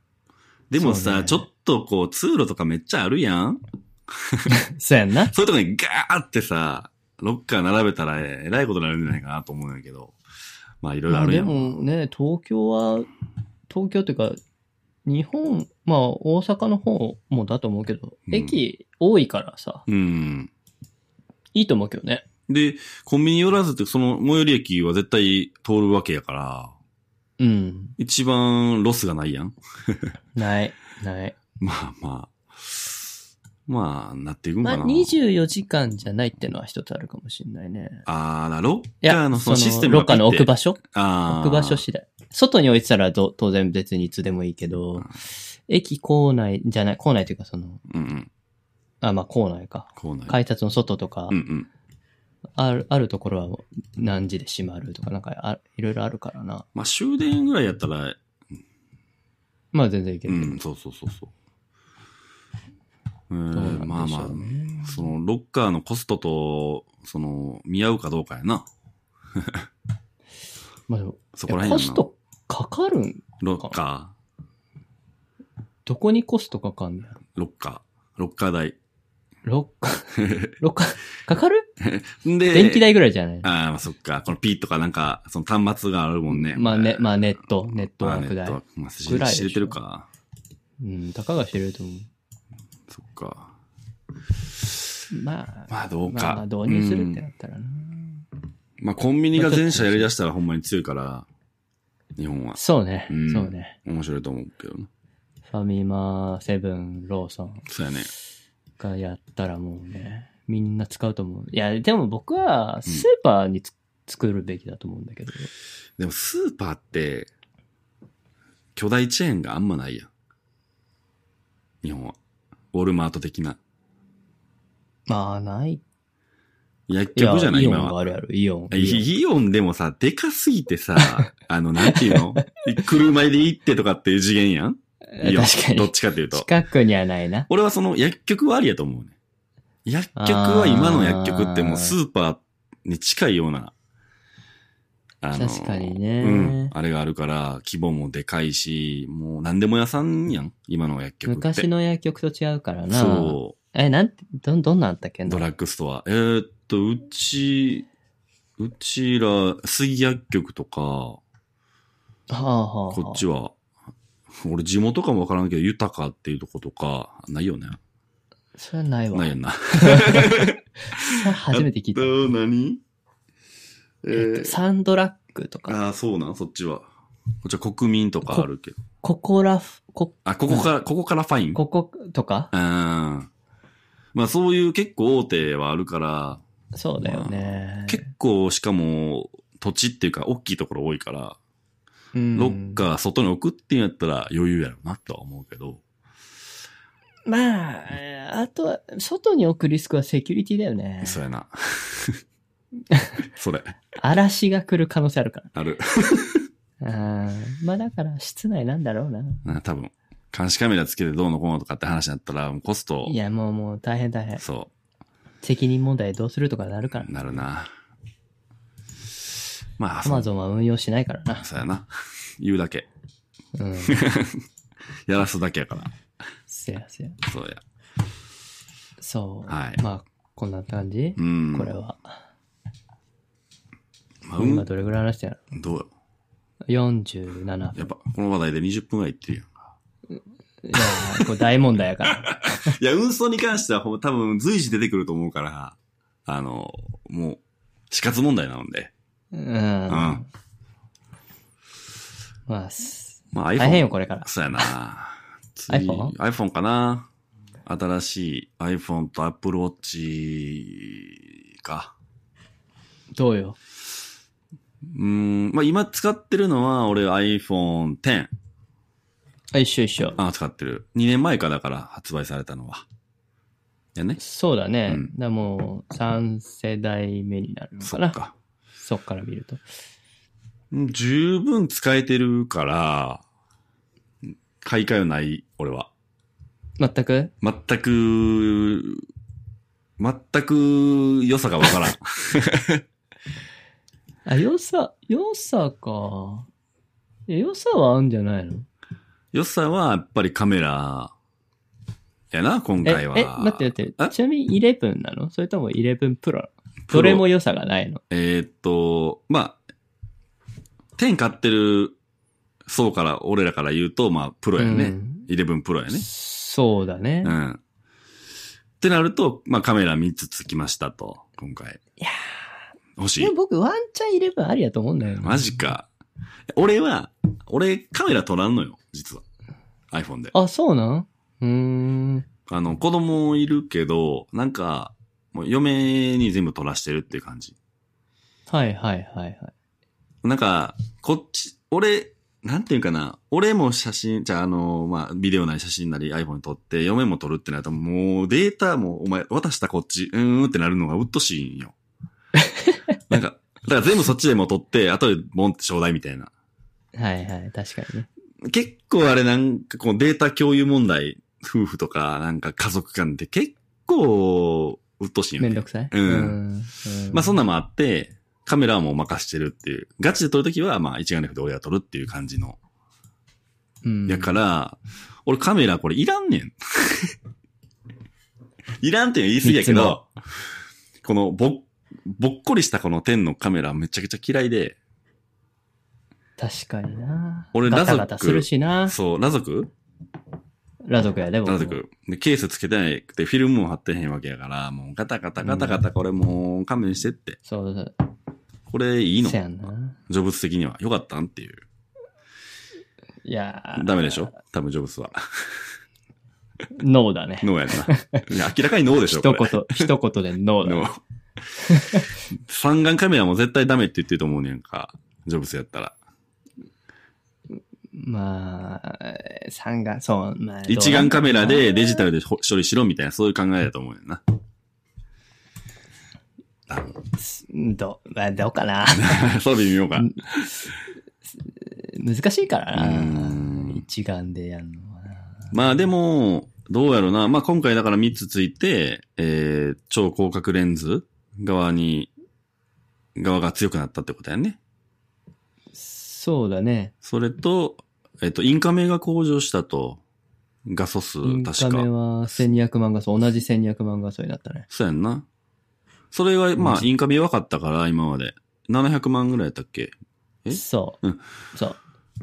[SPEAKER 2] でもさ、
[SPEAKER 1] そうね
[SPEAKER 2] ちょっとこう、通路とかめっちゃあるやん
[SPEAKER 1] そうやんな。
[SPEAKER 2] そういうとこにガーってさ、ロッカー並べたらええらいことになるんじゃないかなと思うんやけど。まあ、いろいろ
[SPEAKER 1] ま
[SPEAKER 2] あ
[SPEAKER 1] あ
[SPEAKER 2] る
[SPEAKER 1] で
[SPEAKER 2] やん。
[SPEAKER 1] もね、東京は、東京というか、日本、まあ大阪の方もだと思うけど、
[SPEAKER 2] うん
[SPEAKER 1] 駅多いからさ、
[SPEAKER 2] うん。
[SPEAKER 1] いいと思うけどね。
[SPEAKER 2] で、コンビニ寄らずって、その最寄り駅は絶対通るわけやから、
[SPEAKER 1] うん。
[SPEAKER 2] 一番ロスがないやん。
[SPEAKER 1] ない、ない。
[SPEAKER 2] まあまあ。まあ、なっていくん
[SPEAKER 1] ま
[SPEAKER 2] か
[SPEAKER 1] あ
[SPEAKER 2] な。
[SPEAKER 1] 24時間じゃないってのは一つあるかもしれないね。
[SPEAKER 2] あーだ、ロ
[SPEAKER 1] い
[SPEAKER 2] ッカー
[SPEAKER 1] や、
[SPEAKER 2] のそのシステム
[SPEAKER 1] ロッカーの置く場
[SPEAKER 2] 所。
[SPEAKER 1] 所
[SPEAKER 2] あー
[SPEAKER 1] 置く場所次第。外に置いてたらど当然別にいつでもいいけ
[SPEAKER 2] う
[SPEAKER 1] ど
[SPEAKER 2] ん、
[SPEAKER 1] 駅構内じゃない、構内というかその、
[SPEAKER 2] うんうん。
[SPEAKER 1] あ、まあ、校内か。
[SPEAKER 2] こうなる。
[SPEAKER 1] 改札の外とか、
[SPEAKER 2] うんうん。
[SPEAKER 1] ある、あるところは何時で閉まるとか、なんかあ、いろいろあるからな。
[SPEAKER 2] まあ、終電ぐらいやったら、
[SPEAKER 1] まあ、全然いけ
[SPEAKER 2] う
[SPEAKER 1] るけど。
[SPEAKER 2] ん、そうそうそうそう。
[SPEAKER 1] どうなんでしょう
[SPEAKER 2] えー
[SPEAKER 1] ね
[SPEAKER 2] まあまあ、その、ロッカーのコストと、その、見合うかどうかやな。
[SPEAKER 1] まあ、でも、
[SPEAKER 2] そこら
[SPEAKER 1] い
[SPEAKER 2] 辺
[SPEAKER 1] や
[SPEAKER 2] や
[SPEAKER 1] コス
[SPEAKER 2] な。
[SPEAKER 1] トかかるん
[SPEAKER 2] ロッカ
[SPEAKER 1] どこにコストかかんのやろ
[SPEAKER 2] ー、ロッカー、ロッカー代。
[SPEAKER 1] ロッカ、ロッカ、 かかる
[SPEAKER 2] で、
[SPEAKER 1] 電気代ぐらいじゃない
[SPEAKER 2] ああ、まあそっか。このピーとかなんか、その端末があるもんね。
[SPEAKER 1] まあね、ま
[SPEAKER 2] あ、
[SPEAKER 1] あ、ネット、ネットワーク
[SPEAKER 2] まあネットワ
[SPEAKER 1] 代
[SPEAKER 2] ー。クまあ、知
[SPEAKER 1] ぐらいでしょ
[SPEAKER 2] 知れてるか。
[SPEAKER 1] うん、たかが知れると思
[SPEAKER 2] そっか。
[SPEAKER 1] う。まあ、
[SPEAKER 2] まあ、どう
[SPEAKER 1] まあ
[SPEAKER 2] か。
[SPEAKER 1] まあ、導入するって
[SPEAKER 2] う
[SPEAKER 1] なったらな。
[SPEAKER 2] んまあ、コンビニが全社やり出したらほんまに強いから、日本は。
[SPEAKER 1] そうね、
[SPEAKER 2] うん
[SPEAKER 1] そうね。
[SPEAKER 2] 面白いと思うけどね。
[SPEAKER 1] ファミマ、セブン、ローソン。
[SPEAKER 2] そうやね。
[SPEAKER 1] がやったらもうね、みんな使うと思う。いや、でも僕はスーパーにつ、作るべきだと思うんだけど。
[SPEAKER 2] でもスーパーって、巨大チェーンがあんまないやん。日本は。ウォルマート的な。
[SPEAKER 1] まあ、ない。
[SPEAKER 2] 薬
[SPEAKER 1] いや
[SPEAKER 2] 局じゃない
[SPEAKER 1] イオ
[SPEAKER 2] 今
[SPEAKER 1] ンが
[SPEAKER 2] は。
[SPEAKER 1] あるやろ、イオン。
[SPEAKER 2] イイオンでもさ、でかすぎてさ、あの、なんていう の車で行ってとかっていう次元やん
[SPEAKER 1] イ
[SPEAKER 2] イ
[SPEAKER 1] オ
[SPEAKER 2] オ
[SPEAKER 1] ン
[SPEAKER 2] ン
[SPEAKER 1] 確か
[SPEAKER 2] ど
[SPEAKER 1] に
[SPEAKER 2] っ。ちかっていうと。
[SPEAKER 1] 近くにはないな。
[SPEAKER 2] 俺はその薬局はありやと思うね。薬局は今の薬局ってもうスーパーに近いような、あ
[SPEAKER 1] 確かにね
[SPEAKER 2] うん。あれがあるから、規模もでかいし、もう何でも屋さんやん。今の薬局って。
[SPEAKER 1] 昔の薬局と違うからな。
[SPEAKER 2] そ
[SPEAKER 1] え、なんて、ど、どんなんあったっけ
[SPEAKER 2] う。
[SPEAKER 1] な
[SPEAKER 2] ドラッグストア。えーっと、うち、うちら、水薬局とか、
[SPEAKER 1] はあはあはあ。
[SPEAKER 2] こっちは、俺地元かもわからんけど、豊かっていうとことか、ないよね。
[SPEAKER 1] それはないわ。
[SPEAKER 2] ないよな。
[SPEAKER 1] それ初めて聞いた。
[SPEAKER 2] えっと何え
[SPEAKER 1] えっと、サンドラッグとか、
[SPEAKER 2] ああ、そうなんそっちは。こっちは国民とかあるけど。
[SPEAKER 1] ココラフ、コ、
[SPEAKER 2] あ、ここから、ここからファイン
[SPEAKER 1] ココとか
[SPEAKER 2] うん。まあそういう結構大手はあるから、
[SPEAKER 1] そうだよね。
[SPEAKER 2] 結構しかも土地っていうか大きいところ多いから、
[SPEAKER 1] うん
[SPEAKER 2] ロッカー外に置くっていうんやったら余裕やろうなとは思うけど。
[SPEAKER 1] まあえー、あとは、外に置くリスクはセキュリティだよね。
[SPEAKER 2] そうやな。 それ、
[SPEAKER 1] 嵐が来る可能性あるか
[SPEAKER 2] ある。
[SPEAKER 1] ら。あーまあだから、室内なんだろうな。
[SPEAKER 2] な多分。監視カメラつけてどうのこうのとかって話になったら、もうコスト
[SPEAKER 1] い、や、もうもう大変大変。
[SPEAKER 2] そ
[SPEAKER 1] 責任問題どうするとかなるから
[SPEAKER 2] う、。なるな。まあ、
[SPEAKER 1] ア
[SPEAKER 2] そう
[SPEAKER 1] マゾンは運用しないからな。
[SPEAKER 2] そうやな。 言うだけ。
[SPEAKER 1] うん。
[SPEAKER 2] やらすだけやから。
[SPEAKER 1] せやせや。
[SPEAKER 2] そうや。
[SPEAKER 1] そう。
[SPEAKER 2] はい
[SPEAKER 1] まあ、こんな感じ
[SPEAKER 2] う、ん。
[SPEAKER 1] これは。
[SPEAKER 2] まあ、うん
[SPEAKER 1] 今どれぐらい話してんの
[SPEAKER 2] どうよ
[SPEAKER 1] ?47 分。
[SPEAKER 2] やっぱ、この話題で20分ぐらいいってる
[SPEAKER 1] いやー、これ大問題やから。
[SPEAKER 2] やん。いや、運送に関してはほんま多分随時出てくると思うから、あの、もう、死活問題なので。
[SPEAKER 1] う。
[SPEAKER 2] うんん。ま
[SPEAKER 1] まあ、す
[SPEAKER 2] あ iPhone。
[SPEAKER 1] 大変よ、これから。
[SPEAKER 2] そうやな。次
[SPEAKER 1] iPhone？
[SPEAKER 2] iPhone かな。新しい iPhone と Apple Watch か。
[SPEAKER 1] どうよ。
[SPEAKER 2] うーん、まあ今使ってるのは俺 iPhone X。
[SPEAKER 1] あ、一緒一緒。
[SPEAKER 2] あ、使ってる。2年前かだから発売されたのは。やね。
[SPEAKER 1] そうだね。
[SPEAKER 2] うん
[SPEAKER 1] だからもう、3世代目になるの
[SPEAKER 2] そ
[SPEAKER 1] か
[SPEAKER 2] っ
[SPEAKER 1] な。
[SPEAKER 2] か。
[SPEAKER 1] そっから見ると。
[SPEAKER 2] うん十分使えてるから、買い替えはない、俺は。
[SPEAKER 1] 全く
[SPEAKER 2] 全く、全く良さが わからん。
[SPEAKER 1] あ、良さ、良さか。え良さはあんじゃないの
[SPEAKER 2] 良さはやっぱりカメラ、やな、今
[SPEAKER 1] え、
[SPEAKER 2] 回は。
[SPEAKER 1] え、待って待って
[SPEAKER 2] あ。
[SPEAKER 1] ちなみに11なのそれとも11 Pro なの
[SPEAKER 2] プロ
[SPEAKER 1] どれも良さがないの
[SPEAKER 2] えーっと、まあ、10買ってる層から、俺らから言うと、まあ、プロや
[SPEAKER 1] う
[SPEAKER 2] ね。
[SPEAKER 1] ん
[SPEAKER 2] 11プロやね。
[SPEAKER 1] そうだね。
[SPEAKER 2] うん。ってなると、まあ、カメラ3つつきましたと、今回。
[SPEAKER 1] いや
[SPEAKER 2] 欲し
[SPEAKER 1] ーで
[SPEAKER 2] い
[SPEAKER 1] も。僕、ワンチャン11ありやと思うんだよ、ね。
[SPEAKER 2] マジか。俺は、俺、カメラ撮らんのよ、実は。iPhone で。
[SPEAKER 1] あ、そうなんうーん。
[SPEAKER 2] あの、子供いるけど、なんか、もう嫁に全部撮らしてるっていう感じ。
[SPEAKER 1] はいはいはいはい。
[SPEAKER 2] なんか、こっち、俺、なんていうかな、俺も写真、じゃあ、あの、まあ、ビデオなり写真なり iPhone に撮って、嫁も撮るってなると、もうデータも、お前、渡したこっち、うーんってなるのがうっとしいんよ。なんか、だから全部そっちでも撮って、後でボンってちょうだいみたいな。
[SPEAKER 1] はいはい、確かにね。
[SPEAKER 2] 結構あれなんかこうデータ共有問題、夫婦とか、なんか家族間で結構、うっとしいよ
[SPEAKER 1] めん
[SPEAKER 2] ね
[SPEAKER 1] ど。くさい。
[SPEAKER 2] うん
[SPEAKER 1] うん
[SPEAKER 2] まあそんなんもあって、カメラはもう任してるっていう。ガチで撮るときは、まあ一眼レフで親が撮るっていう感じの
[SPEAKER 1] うん
[SPEAKER 2] やから、俺カメラこれいらんね ん。いらんっていうの言い過ぎやけど、このぼっ、ぼっこりしたこの天のカメラめちゃくちゃ嫌いで、
[SPEAKER 1] 確かにな。
[SPEAKER 2] 俺
[SPEAKER 1] ガタガ
[SPEAKER 2] ラ
[SPEAKER 1] タ
[SPEAKER 2] ゾック
[SPEAKER 1] するしな。
[SPEAKER 2] そう、ラ族
[SPEAKER 1] ラ族やで、僕も。
[SPEAKER 2] ラ族。で、ケースつけてなくてフィルムも貼ってへんわけやから、もうガタガタガタガタこれもう勘弁してって。
[SPEAKER 1] そうそう。
[SPEAKER 2] これいいの
[SPEAKER 1] せやんな。
[SPEAKER 2] ジョブズ的には。よかったんっていう。
[SPEAKER 1] いやー
[SPEAKER 2] ダメでしょ多分ジョブズは。
[SPEAKER 1] ノーだね。
[SPEAKER 2] ノーやんな。いや明らかにノーでしょ
[SPEAKER 1] 一
[SPEAKER 2] これ
[SPEAKER 1] 言、 一言でノーだ、
[SPEAKER 2] の
[SPEAKER 1] ね。、
[SPEAKER 2] 三眼カメラも絶対ダメって言ってると思うねんか。ジョブスやったら。
[SPEAKER 1] まあ、三眼、そう、まあ。
[SPEAKER 2] 一眼カメラ
[SPEAKER 1] どうなんだろう
[SPEAKER 2] で
[SPEAKER 1] な
[SPEAKER 2] デジタルで処理しろみたいな、そういう考えだと思うねんな。なるほ
[SPEAKER 1] ど、まあ、どうか な。
[SPEAKER 2] どそう微妙か。
[SPEAKER 1] うん難しいから
[SPEAKER 2] うー
[SPEAKER 1] な。
[SPEAKER 2] ん
[SPEAKER 1] 一眼でやるのはな。
[SPEAKER 2] まあでも、どうやろうな。まあ今回だから3つついて、えー、超広角レンズ側に、側が強くなったってことやね。
[SPEAKER 1] そうだね。
[SPEAKER 2] それと、えっ、と、インカメが向上したと。画素数、
[SPEAKER 1] イン
[SPEAKER 2] 確
[SPEAKER 1] カ
[SPEAKER 2] か
[SPEAKER 1] メ。は1200万画素、同じ1200万画素になったね。
[SPEAKER 2] そうやんな。それが、まあ
[SPEAKER 1] う、ん
[SPEAKER 2] インカメ弱かったから、今まで。700万ぐらいやったっけえ
[SPEAKER 1] そう、
[SPEAKER 2] うん
[SPEAKER 1] そう。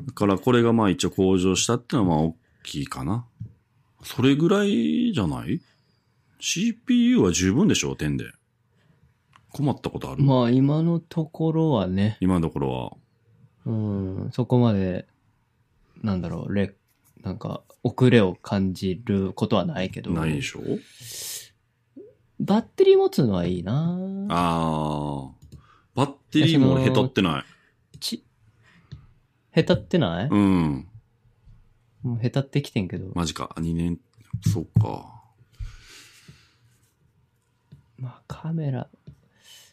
[SPEAKER 2] だから、これがまあ一応向上したってのは、まあ、大きいかな。それぐらいじゃない ?CPU は十分でしょ点で。困ったことある、
[SPEAKER 1] まあ今のところはね、
[SPEAKER 2] 今のところは。
[SPEAKER 1] うん、そこまで、なんだろう、れ、なんか、遅れを感じることはないけど。
[SPEAKER 2] ないでしょ
[SPEAKER 1] バッテリー持つのはいいな
[SPEAKER 2] あー。バッテリーもへとってない。
[SPEAKER 1] ち、下手ってない、
[SPEAKER 2] うん。
[SPEAKER 1] もう下手ってきてんけど。
[SPEAKER 2] マジか。2年、そうか。
[SPEAKER 1] まあカメラ、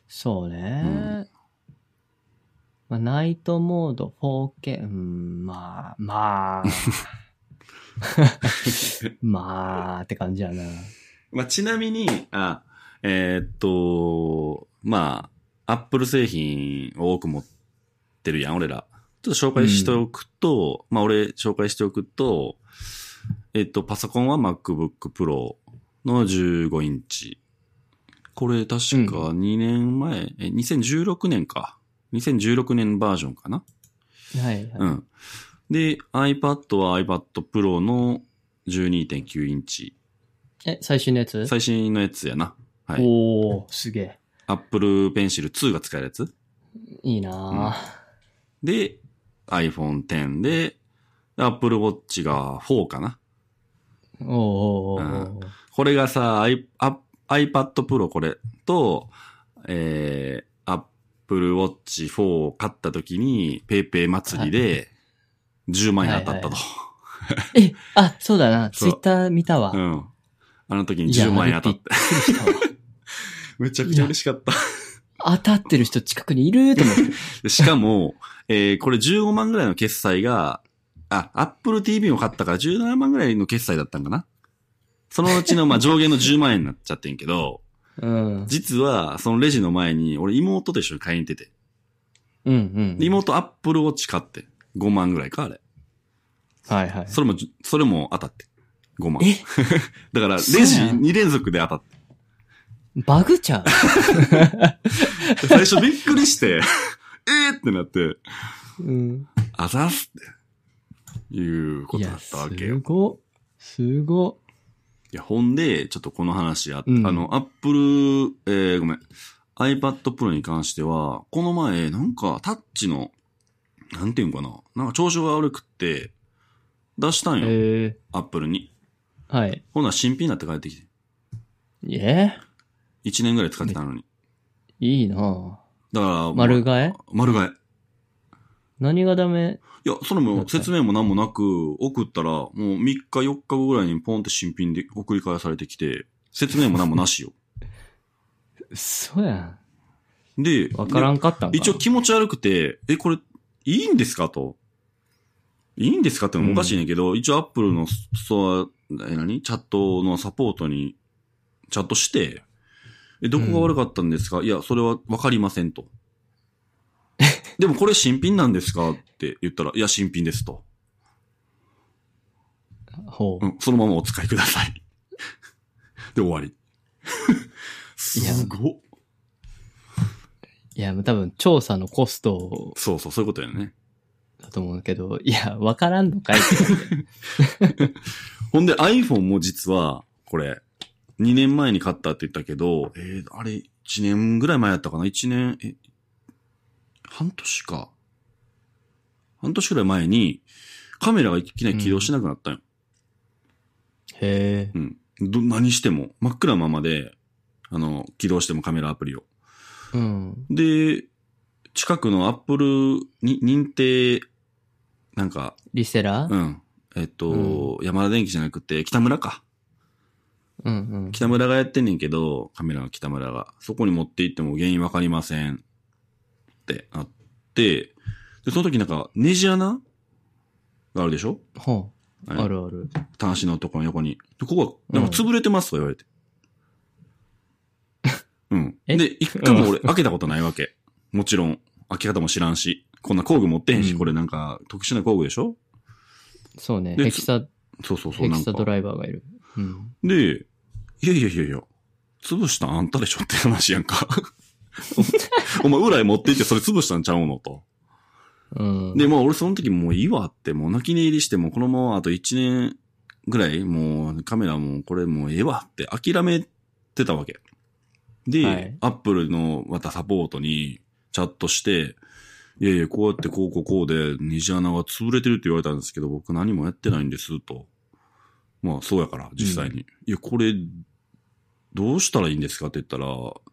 [SPEAKER 1] そうね。
[SPEAKER 2] うん
[SPEAKER 1] まあナイトモード 4K、うん、まあ、 まあ。まあって感じやな。
[SPEAKER 2] まあ、ちなみに、あ、えーっと、まあ、アップル製品を多く持ってるやん、俺ら。ちょっと紹介しておくと、まあ、俺紹介しておくと、えーっと、パソコンは MacBook Pro の15インチ。これ確か2年前、え、2016年か。2016年バージョンかな。
[SPEAKER 1] はい、はい。
[SPEAKER 2] うん。で、iPad は iPad Pro の12.9インチ。
[SPEAKER 1] え、最新のやつ
[SPEAKER 2] 最新のやつやな。はい。
[SPEAKER 1] おー、すげえ。
[SPEAKER 2] Apple Pencil 2が使えるやつ
[SPEAKER 1] いいなぁ。
[SPEAKER 2] で、iPhone X で、Apple Watch が4かな
[SPEAKER 1] おうおうおうおう
[SPEAKER 2] これがさ、I、あ iPad Pro これと、えー、Apple Watch 4を買った時に、ペイペイ祭りで、10万円当たったと。
[SPEAKER 1] え、あ、そうだな。ツ
[SPEAKER 2] そう
[SPEAKER 1] イッター見たわ。
[SPEAKER 2] うん。あの時に
[SPEAKER 1] いや
[SPEAKER 2] 10万円当た
[SPEAKER 1] びっ
[SPEAKER 2] っ
[SPEAKER 1] くりしたわ。
[SPEAKER 2] た。 めちゃくちゃ嬉しかった。
[SPEAKER 1] 当たってる人近くにいると思って。
[SPEAKER 2] でしかも、えー、これ15万ぐらいの決済が、あ、Apple TV を買ったから17万ぐらいの決済だったんかなそのうちの、まあ、上限の10万円になっちゃってんけど、
[SPEAKER 1] うん。
[SPEAKER 2] 実は、そのレジの前に、俺妹と一緒に買いに行ってて。
[SPEAKER 1] うんうん。
[SPEAKER 2] で妹 Apple Watch 買って。5万ぐらいか、あれ。
[SPEAKER 1] はいはい。
[SPEAKER 2] それもじゅ、それも当たって。5万。
[SPEAKER 1] え
[SPEAKER 2] だから、レジ
[SPEAKER 1] そうなん
[SPEAKER 2] 2連続で当たって。
[SPEAKER 1] バグちゃう
[SPEAKER 2] 最初びっくりして、 えーってなって、
[SPEAKER 1] うん。
[SPEAKER 2] あざっすって、いうことだったわけよ
[SPEAKER 1] いやす。ごっ。すごっ。
[SPEAKER 2] いや、ほんで、ちょっとこの話あ、
[SPEAKER 1] うん
[SPEAKER 2] あの、アップル、えー、ごめん、iPad Pro に関しては、この前、なんか、タッチの、なんていうんかな、なんか調子が悪くって、出したんよ、
[SPEAKER 1] え
[SPEAKER 2] アップルに。
[SPEAKER 1] ー、はい。
[SPEAKER 2] ほんなら新品になって帰ってきて、
[SPEAKER 1] え
[SPEAKER 2] 1年ぐらい使ってたのに。
[SPEAKER 1] ー、いいなぁ。
[SPEAKER 2] だから、
[SPEAKER 1] 丸替え
[SPEAKER 2] 丸替え。
[SPEAKER 1] 何がダメ
[SPEAKER 2] いや、それも説明も何もなく、送ったら、もう3日4日後ぐらいにポンって新品で送り返されてきて、説明も何もなしよ。
[SPEAKER 1] 嘘やん。
[SPEAKER 2] で、
[SPEAKER 1] わからんかったんか。
[SPEAKER 2] 一応気持ち悪くて、え、これ、いいんですかと。いいんですかってのもおかしいねんけど、一応アップルのストア、え、何チャットのサポートに、チャットして、え、どこが悪かったんですか、いや、それはわかりませんと。 でもこれ新品なんですかって言ったら、いや、新品ですと。
[SPEAKER 1] ほう
[SPEAKER 2] う。ん、そのままお使いください。 で、終わり。す
[SPEAKER 1] いや
[SPEAKER 2] ごっ
[SPEAKER 1] いや、多分調査のコスト
[SPEAKER 2] そうそう、そういうことやね。
[SPEAKER 1] だと思うけど、いや、わからんのかいって感じ
[SPEAKER 2] ほんで iPhone も実は、これ、2年前に買ったって言ったけど、えー、あれ、1年ぐらい前やったかな ?1 年、え、半年か。半年ぐらい前に、カメラがいきなり起動しなくなったんよ。
[SPEAKER 1] へえ。
[SPEAKER 2] うん。ど、何しても、真っ暗なままで、あの、起動してもカメラアプリを。
[SPEAKER 1] うん。
[SPEAKER 2] で、近くの Apple に認定、なんか、
[SPEAKER 1] リセラ
[SPEAKER 2] う
[SPEAKER 1] うん
[SPEAKER 2] ん。えっと、山田電機じゃなくて、北村か。
[SPEAKER 1] うん。
[SPEAKER 2] 北村がやってんねんけど、カメラの北村が。そこに持って行っても原因わかりません。ってなって、で、その時なんか、ネジ穴があるでしょ
[SPEAKER 1] ほう。
[SPEAKER 2] あれ
[SPEAKER 1] あるある。
[SPEAKER 2] 端子のところの横に。でここが、なんか潰れてますと言わ れて。うん。
[SPEAKER 1] え
[SPEAKER 2] で、一回も俺開けたことないわけ。もちろん、開け方も知らんし。こんな工具持ってへんし、
[SPEAKER 1] うん
[SPEAKER 2] これなんか特殊な工具でしょ
[SPEAKER 1] そうね。
[SPEAKER 2] で
[SPEAKER 1] ヘキサ、
[SPEAKER 2] そうそうそう、
[SPEAKER 1] ヘ
[SPEAKER 2] な
[SPEAKER 1] キ
[SPEAKER 2] ん
[SPEAKER 1] サ
[SPEAKER 2] か。
[SPEAKER 1] ドライバーがいる。うん。
[SPEAKER 2] で、いやいやいやいや、潰したんあんたでしょって話やんか。 お前、裏へ持って行ってそれ潰したんちゃうのと。
[SPEAKER 1] うん。
[SPEAKER 2] で、まあ俺その時もういいわって、もう泣き寝入りして、もうこのままあと1年ぐらい、もうカメラもこれもうええわって諦めてたわけ。で、
[SPEAKER 1] はい
[SPEAKER 2] アップルのまたサポートにチャットして、いやいや、こうやってこうこうこうで、虹穴が潰れてるって言われたんですけど、僕何もやってないんです、と。まあそうやから、実際に。いや、これ、どうしたらいいんですかって言ったら、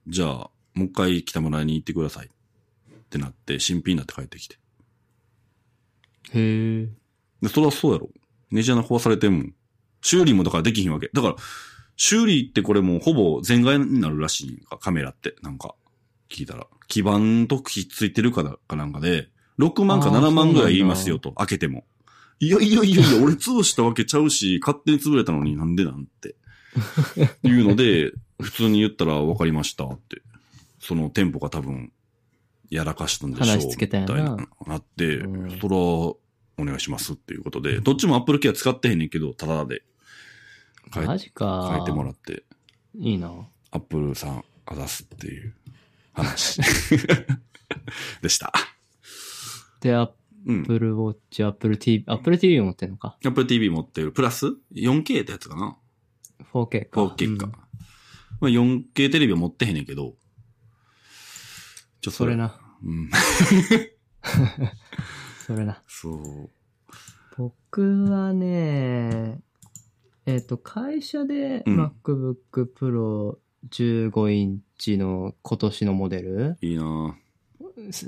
[SPEAKER 2] じゃあ、もう一回北村に行ってください。ってなって、新品になって帰ってきて。
[SPEAKER 1] へえ。
[SPEAKER 2] で、それはそうやろ。ネジ穴壊されてんもん。修理もだからできひんわけ。だから、修理ってこれもうほぼ全外になるらしいんか、カメラって。なんか、聞いたら。基板とくっついてるかなかなんかで、6万か
[SPEAKER 1] あー
[SPEAKER 2] 7万ぐらい言い
[SPEAKER 1] そうなんだ
[SPEAKER 2] ますよと、開けても。いやいやいやいや、俺潰したわけちゃうし、勝手に潰れたのになんでなん て。いうので、普通に言ったらわかりましたって。その店舗が多分、やらかしたんでしょう。
[SPEAKER 1] 話しつけたんやな
[SPEAKER 2] みいなって、
[SPEAKER 1] うん
[SPEAKER 2] そら、お願いしますっていうことで、どっちも Apple ケア使ってへんねんけど、ただで変え
[SPEAKER 1] マジか。
[SPEAKER 2] 変えてもらって、
[SPEAKER 1] いいな。
[SPEAKER 2] Apple さん、あざすっていう 話でした。
[SPEAKER 1] で、アッ
[SPEAKER 2] うん。
[SPEAKER 1] プルウォッチ、アップル TV、アップル TV 持ってんのか。
[SPEAKER 2] Apple TV 持ってる。プラス ?4K ってやつかな
[SPEAKER 1] 4K か。
[SPEAKER 2] ?4K か。
[SPEAKER 1] うん
[SPEAKER 2] まあ、4K テレビは持ってへんねんけど、ちょ
[SPEAKER 1] それ。な。
[SPEAKER 2] うん。
[SPEAKER 1] それな。
[SPEAKER 2] そう。
[SPEAKER 1] 僕はね、えっ、と、会社で
[SPEAKER 2] うん
[SPEAKER 1] MacBook Pro 15インチの今年のモデル、
[SPEAKER 2] いいな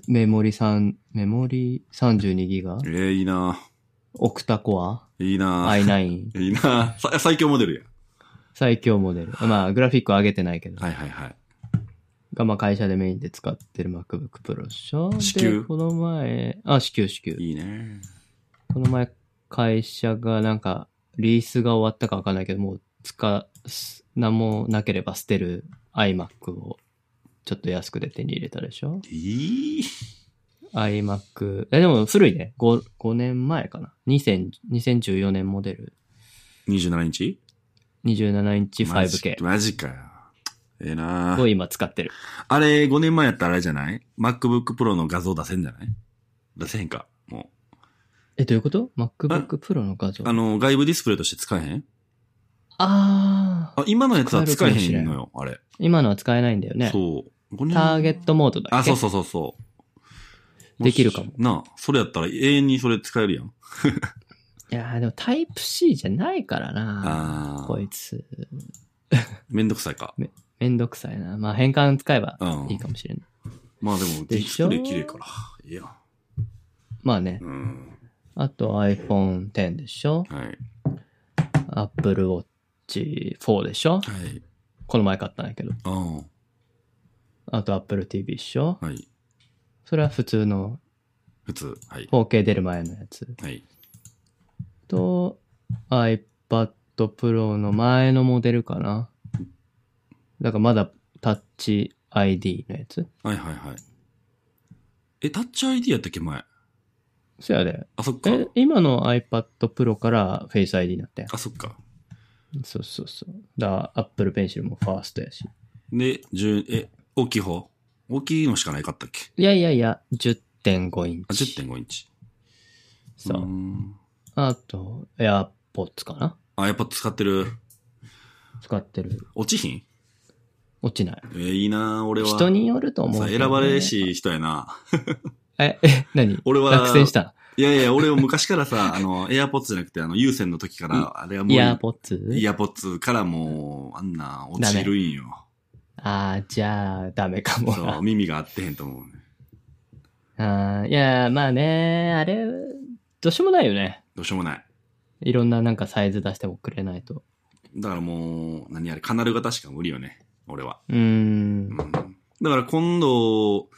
[SPEAKER 1] メモリ3、メモリ32ギガ
[SPEAKER 2] ぁ、ええいいな
[SPEAKER 1] オクタコア、
[SPEAKER 2] ぁいいなぁ
[SPEAKER 1] i9、
[SPEAKER 2] いいなぁさ最強モデルや。
[SPEAKER 1] 最強モデル。まあ、グラフィックは上げてないけど、
[SPEAKER 2] はいはいはい。
[SPEAKER 1] が、まあ、会社でメインで使ってる MacBook Pro でしょ。
[SPEAKER 2] 支
[SPEAKER 1] で、
[SPEAKER 2] 給
[SPEAKER 1] この前、あ、支給支給。
[SPEAKER 2] いいね
[SPEAKER 1] この前、会社がなんか、リースが終わったかわかんないけど、もう、使、す何もなければ捨てる iMac を、ちょっと安くで手に入れたでしょ
[SPEAKER 2] いい
[SPEAKER 1] ?iMac、え、でも古いね。5、5年前かな。2000 2014年モデル。
[SPEAKER 2] ?27 インチ
[SPEAKER 1] 27インチ
[SPEAKER 2] マジ
[SPEAKER 1] 5K
[SPEAKER 2] マジかよ。ええな
[SPEAKER 1] を
[SPEAKER 2] ぁ
[SPEAKER 1] 今使ってる。
[SPEAKER 2] あれ、5年前やったらあれじゃない ?MacBook Pro の画像出せんじゃない出せへんか。も
[SPEAKER 1] え、どういうこと ?MacBook Pro の画像。
[SPEAKER 2] う。あ
[SPEAKER 1] あ
[SPEAKER 2] の、外部ディスプレイとして使えへん
[SPEAKER 1] あー
[SPEAKER 2] あ、今のやつは使え
[SPEAKER 1] 使え
[SPEAKER 2] へ
[SPEAKER 1] るか
[SPEAKER 2] んの
[SPEAKER 1] も
[SPEAKER 2] よ、あれ。
[SPEAKER 1] 今のは使えないんだよね。
[SPEAKER 2] そう。5年
[SPEAKER 1] ターゲットモードだっ
[SPEAKER 2] あ、
[SPEAKER 1] け
[SPEAKER 2] そうそうそうそう。
[SPEAKER 1] できるかも
[SPEAKER 2] しなあ、それやったら永遠にそれ使えるやん。
[SPEAKER 1] いやーでもタイプ C じゃないからな
[SPEAKER 2] ああ
[SPEAKER 1] こ。いつ。
[SPEAKER 2] めんどくさいか。
[SPEAKER 1] めんどくさいな。まあ変換使えば
[SPEAKER 2] うん。
[SPEAKER 1] いいかもしれない。
[SPEAKER 2] まあでも、
[SPEAKER 1] で
[SPEAKER 2] ディス
[SPEAKER 1] しょ
[SPEAKER 2] プレイ綺麗から。いいや。
[SPEAKER 1] まあね。
[SPEAKER 2] うん。
[SPEAKER 1] あと iPhone X でしょ
[SPEAKER 2] はい。
[SPEAKER 1] ?Apple Watch 4でしょ
[SPEAKER 2] はい。
[SPEAKER 1] この前買ったんやけど。
[SPEAKER 2] ああ。
[SPEAKER 1] あと Apple TV でしょ
[SPEAKER 2] はい。
[SPEAKER 1] それは普通の
[SPEAKER 2] 普通。はい。
[SPEAKER 1] 4K 出る前のやつ。
[SPEAKER 2] はい。
[SPEAKER 1] と iPad Pro の前のモデルかな。だからまだ Touch ID のやつ。
[SPEAKER 2] はいはいはい。え、タッチ ID やったっけ前。
[SPEAKER 1] そやで。
[SPEAKER 2] あ、そっか。
[SPEAKER 1] え、今の iPad Pro から Face ID になったやん
[SPEAKER 2] あ、そっか。
[SPEAKER 1] そうそうそう。だから Apple Pencil もファーストやし。
[SPEAKER 2] で、10、え、大きい方大きいのしかないかったっけ
[SPEAKER 1] いやいやいや、10.5イン
[SPEAKER 2] あ、
[SPEAKER 1] チ。
[SPEAKER 2] 10.5インチ。
[SPEAKER 1] そう
[SPEAKER 2] ー
[SPEAKER 1] う。
[SPEAKER 2] ん
[SPEAKER 1] あと、AirPods かな
[SPEAKER 2] あ、やっぱ使ってる。
[SPEAKER 1] 使ってる。
[SPEAKER 2] 落ちひん
[SPEAKER 1] 落ちない。
[SPEAKER 2] えーいいな俺は。
[SPEAKER 1] 人によると思う、
[SPEAKER 2] さ
[SPEAKER 1] ね。
[SPEAKER 2] 選ばれ。しい人やな。
[SPEAKER 1] え、え、何
[SPEAKER 2] 俺は
[SPEAKER 1] 落選した。
[SPEAKER 2] いやいや、俺は昔か らさ、あの、エアポッツじゃなくて、あの、有線の時か
[SPEAKER 1] うん
[SPEAKER 2] ら、あれはもう、
[SPEAKER 1] イヤーポッツ
[SPEAKER 2] イヤーポッツからもう、あんな、落ちるんよ。
[SPEAKER 1] ああ、じゃあ、ダメかも
[SPEAKER 2] そう、耳が合ってへんと思うね。
[SPEAKER 1] な。あーいや、まあね、あれ、どうしようもないよね。
[SPEAKER 2] どうしようもない。
[SPEAKER 1] いろんななんかサイズ出してもくれないと。
[SPEAKER 2] だからもう、何あれ、カナル型しか無理よね。俺は。
[SPEAKER 1] うーん
[SPEAKER 2] うん。。だから今度、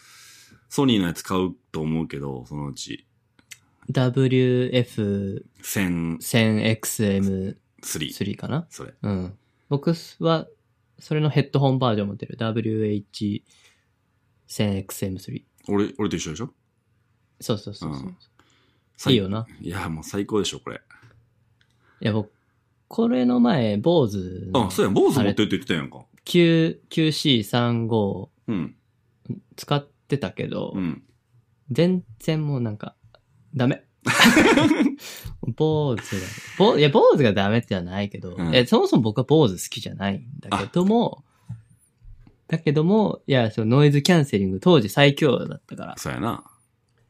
[SPEAKER 2] ソニーのやつ買うと思うけど、そのうち、
[SPEAKER 1] WF1000XM3
[SPEAKER 2] 1003。
[SPEAKER 1] かな
[SPEAKER 2] それ。
[SPEAKER 1] うん。僕は、それのヘッドホンバージョン持ってる。WH1000XM3。
[SPEAKER 2] 俺、俺と一緒でしょ
[SPEAKER 1] そうそうそうそう、
[SPEAKER 2] うん
[SPEAKER 1] いいよな。
[SPEAKER 2] いや、もう最高でしょ、これ。
[SPEAKER 1] いや、僕、これの前、坊主の
[SPEAKER 2] あ、そうやん、坊主持ってるって言ってたやんか。
[SPEAKER 1] Q- QC35
[SPEAKER 2] うん。
[SPEAKER 1] 使ってたけど、
[SPEAKER 2] うん。
[SPEAKER 1] 全然もうなんか、ダメ。 坊主が、坊いや、坊主がダメってはないけど、
[SPEAKER 2] うん
[SPEAKER 1] えそもそも僕は坊主好きじゃないんだけども、だけども、いや、そのノイズキャンセリング当時最強だったから、
[SPEAKER 2] そうやな。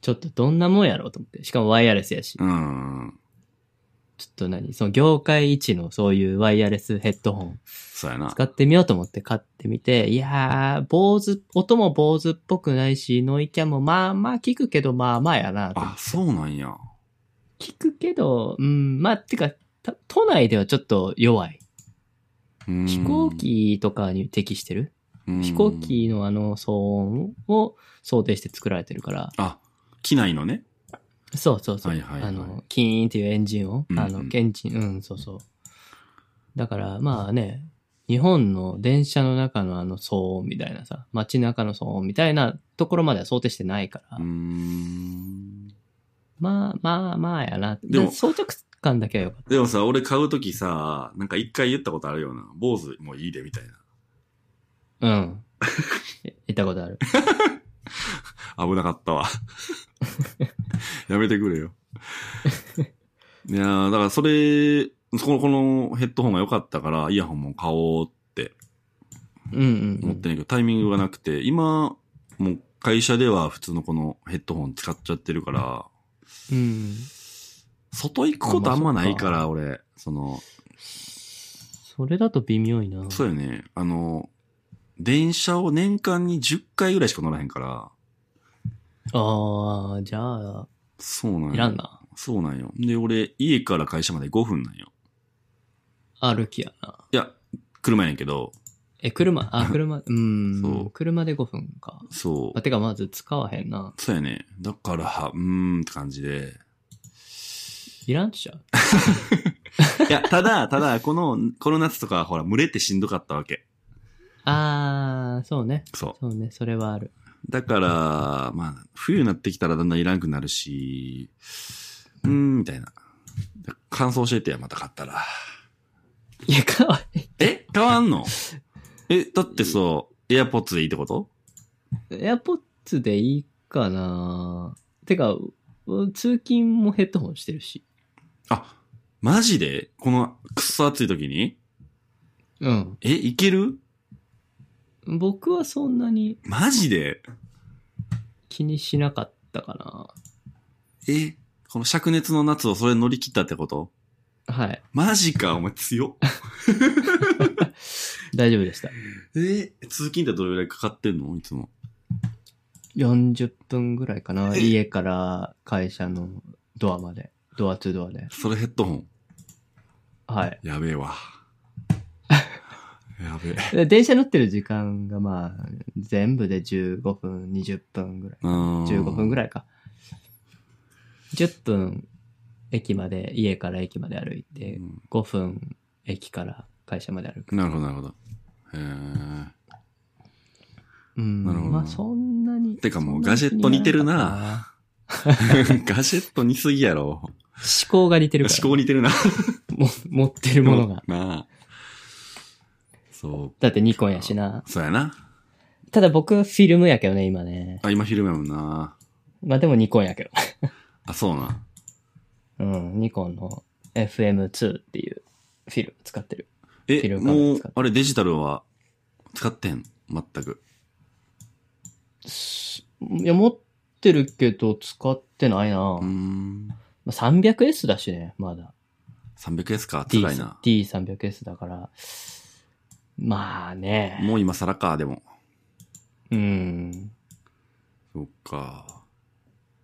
[SPEAKER 1] ちょっとどんなもんやろうと思って。しかもワイヤレスやし。
[SPEAKER 2] うん。
[SPEAKER 1] ちょっと何その業界一のそういうワイヤレスヘッドホン
[SPEAKER 2] そうやな。
[SPEAKER 1] 使ってみようと思って買ってみて、いやー、坊主、音も坊主っぽくないし、ノイキャンもまあまあ聞くけど、まあまあやなと。
[SPEAKER 2] あ、そうなんや。
[SPEAKER 1] 聞くけど、うん、まあ、てか、た都内ではちょっと弱い。飛
[SPEAKER 2] 飛
[SPEAKER 1] 行機とかに適してる、飛
[SPEAKER 2] 飛
[SPEAKER 1] 行機のあの騒音を想定して作られてるから、
[SPEAKER 2] あ、機内のね。
[SPEAKER 1] そうそうそう。
[SPEAKER 2] はいはいはい
[SPEAKER 1] あの、キーンっていうエンジンを、
[SPEAKER 2] うんうん
[SPEAKER 1] あの、エンジン、うん、そうそう。だから、まあね、日本の電車の中のあの騒音みたいなさ、街中の騒音みたいなところまでは想定してないから、
[SPEAKER 2] うーん。
[SPEAKER 1] まあまあまあやな。
[SPEAKER 2] でも
[SPEAKER 1] で装着感だけはよかっ
[SPEAKER 2] でもさ、俺買うときさ、なんか一回言ったことあるよな。坊主もういいで、みたい
[SPEAKER 1] た。
[SPEAKER 2] な。
[SPEAKER 1] う ん。え行ったことある。
[SPEAKER 2] 危なかったわ。やめてくれよ。いやーだからそれ、このこのヘッドホンが良かったから、イヤホンも買おうって
[SPEAKER 1] うんうん、う
[SPEAKER 2] 思っ
[SPEAKER 1] ん。
[SPEAKER 2] てんけど、タイミングがなくて、今、もう会社では普通のこのヘッドホン使っちゃってるから、
[SPEAKER 1] うん。
[SPEAKER 2] 外行くことあんまないから、俺、その、
[SPEAKER 1] それだと微妙いな。
[SPEAKER 2] そうよね、あの、電車を年間に10回ぐらいしか乗らへんから、
[SPEAKER 1] ああ、じゃあ、
[SPEAKER 2] そうなんよ。
[SPEAKER 1] いらんな。
[SPEAKER 2] そうなんよ。で、俺、家から会社まで5分なんよ。
[SPEAKER 1] 歩きやな。
[SPEAKER 2] いや、車やねんけど、
[SPEAKER 1] え、車、あ、車、うん。
[SPEAKER 2] そう
[SPEAKER 1] 車で5分か。
[SPEAKER 2] そう
[SPEAKER 1] あ、。てかまず使わへんな。
[SPEAKER 2] そうやね。だから、うーんって感じで。
[SPEAKER 1] いらんっちゃう。
[SPEAKER 2] いや、た だ、ただ、この、この夏とか、ほら、群れてしんどかったわけ。
[SPEAKER 1] ああ、そうね。
[SPEAKER 2] そ
[SPEAKER 1] そうね、それはある。
[SPEAKER 2] う。だから、まあ、冬になってきたらだんだんいらんくなるし、うーん、みたいな。乾燥しててや、また買ったら。
[SPEAKER 1] いや、かわいい。
[SPEAKER 2] え変わんの え、だってそう、エアポッツでいいってこと
[SPEAKER 1] エアポッツでいいかな。てか、う通勤もヘッドホンしてるし。
[SPEAKER 2] あ、マジでこの、くっそ暑い時に
[SPEAKER 1] うん。
[SPEAKER 2] え、いける
[SPEAKER 1] 僕はそんなに
[SPEAKER 2] マジで
[SPEAKER 1] 気にしなかったか
[SPEAKER 2] え、この灼熱の夏をそれ乗り切ったってこと
[SPEAKER 1] な。はい。
[SPEAKER 2] マジか、お前強っ。
[SPEAKER 1] 大丈夫でした。
[SPEAKER 2] えー通勤ってどれぐらいかかってんのいつも。
[SPEAKER 1] 40分ぐらいかな。
[SPEAKER 2] え
[SPEAKER 1] 家から会社のドアまで。ドア2ドアで。
[SPEAKER 2] それヘッドホン。
[SPEAKER 1] はい。
[SPEAKER 2] やべ えわ。やべえ。
[SPEAKER 1] で電車乗ってる時間がまあ、全部で15分、20分ぐらい。15
[SPEAKER 2] 15
[SPEAKER 1] 分ぐ
[SPEAKER 2] らい。
[SPEAKER 1] らいか。10分、駅まで、家から駅まで歩いて、
[SPEAKER 2] うん
[SPEAKER 1] 5分、駅から会社まで歩く。
[SPEAKER 2] なるほど、なるほど。へー
[SPEAKER 1] うん。
[SPEAKER 2] なるほど
[SPEAKER 1] まあ、そんなに。
[SPEAKER 2] てかもう
[SPEAKER 1] そんなに
[SPEAKER 2] ガジェット似てるな
[SPEAKER 1] 気にらかったな
[SPEAKER 2] ガジェット似すぎやろ。
[SPEAKER 1] 思考が似てる
[SPEAKER 2] 思
[SPEAKER 1] から。
[SPEAKER 2] 考似てるな。
[SPEAKER 1] も持ってるものが。
[SPEAKER 2] なあ。そう。
[SPEAKER 1] だってニコンやしな。
[SPEAKER 2] そうやな。
[SPEAKER 1] ただ僕、フィルムやけどね、今ね。
[SPEAKER 2] あ、今昼間やもんな。
[SPEAKER 1] まあでもニコンやけど。
[SPEAKER 2] あ、そうな。
[SPEAKER 1] うん、ニコンの FM2 っていうフィルム使ってる。
[SPEAKER 2] え、
[SPEAKER 1] 昼間
[SPEAKER 2] も
[SPEAKER 1] 使
[SPEAKER 2] う
[SPEAKER 1] って、
[SPEAKER 2] あれデジタルは使ってん全く。
[SPEAKER 1] いや、持ってるけど使ってないな。
[SPEAKER 2] うーん。
[SPEAKER 1] まあ 300S だしね、まだ。
[SPEAKER 2] 300S か。
[SPEAKER 1] D
[SPEAKER 2] 辛いな。
[SPEAKER 1] D300S だから。まあね。
[SPEAKER 2] もう今更か、でも。
[SPEAKER 1] うん。
[SPEAKER 2] そっか。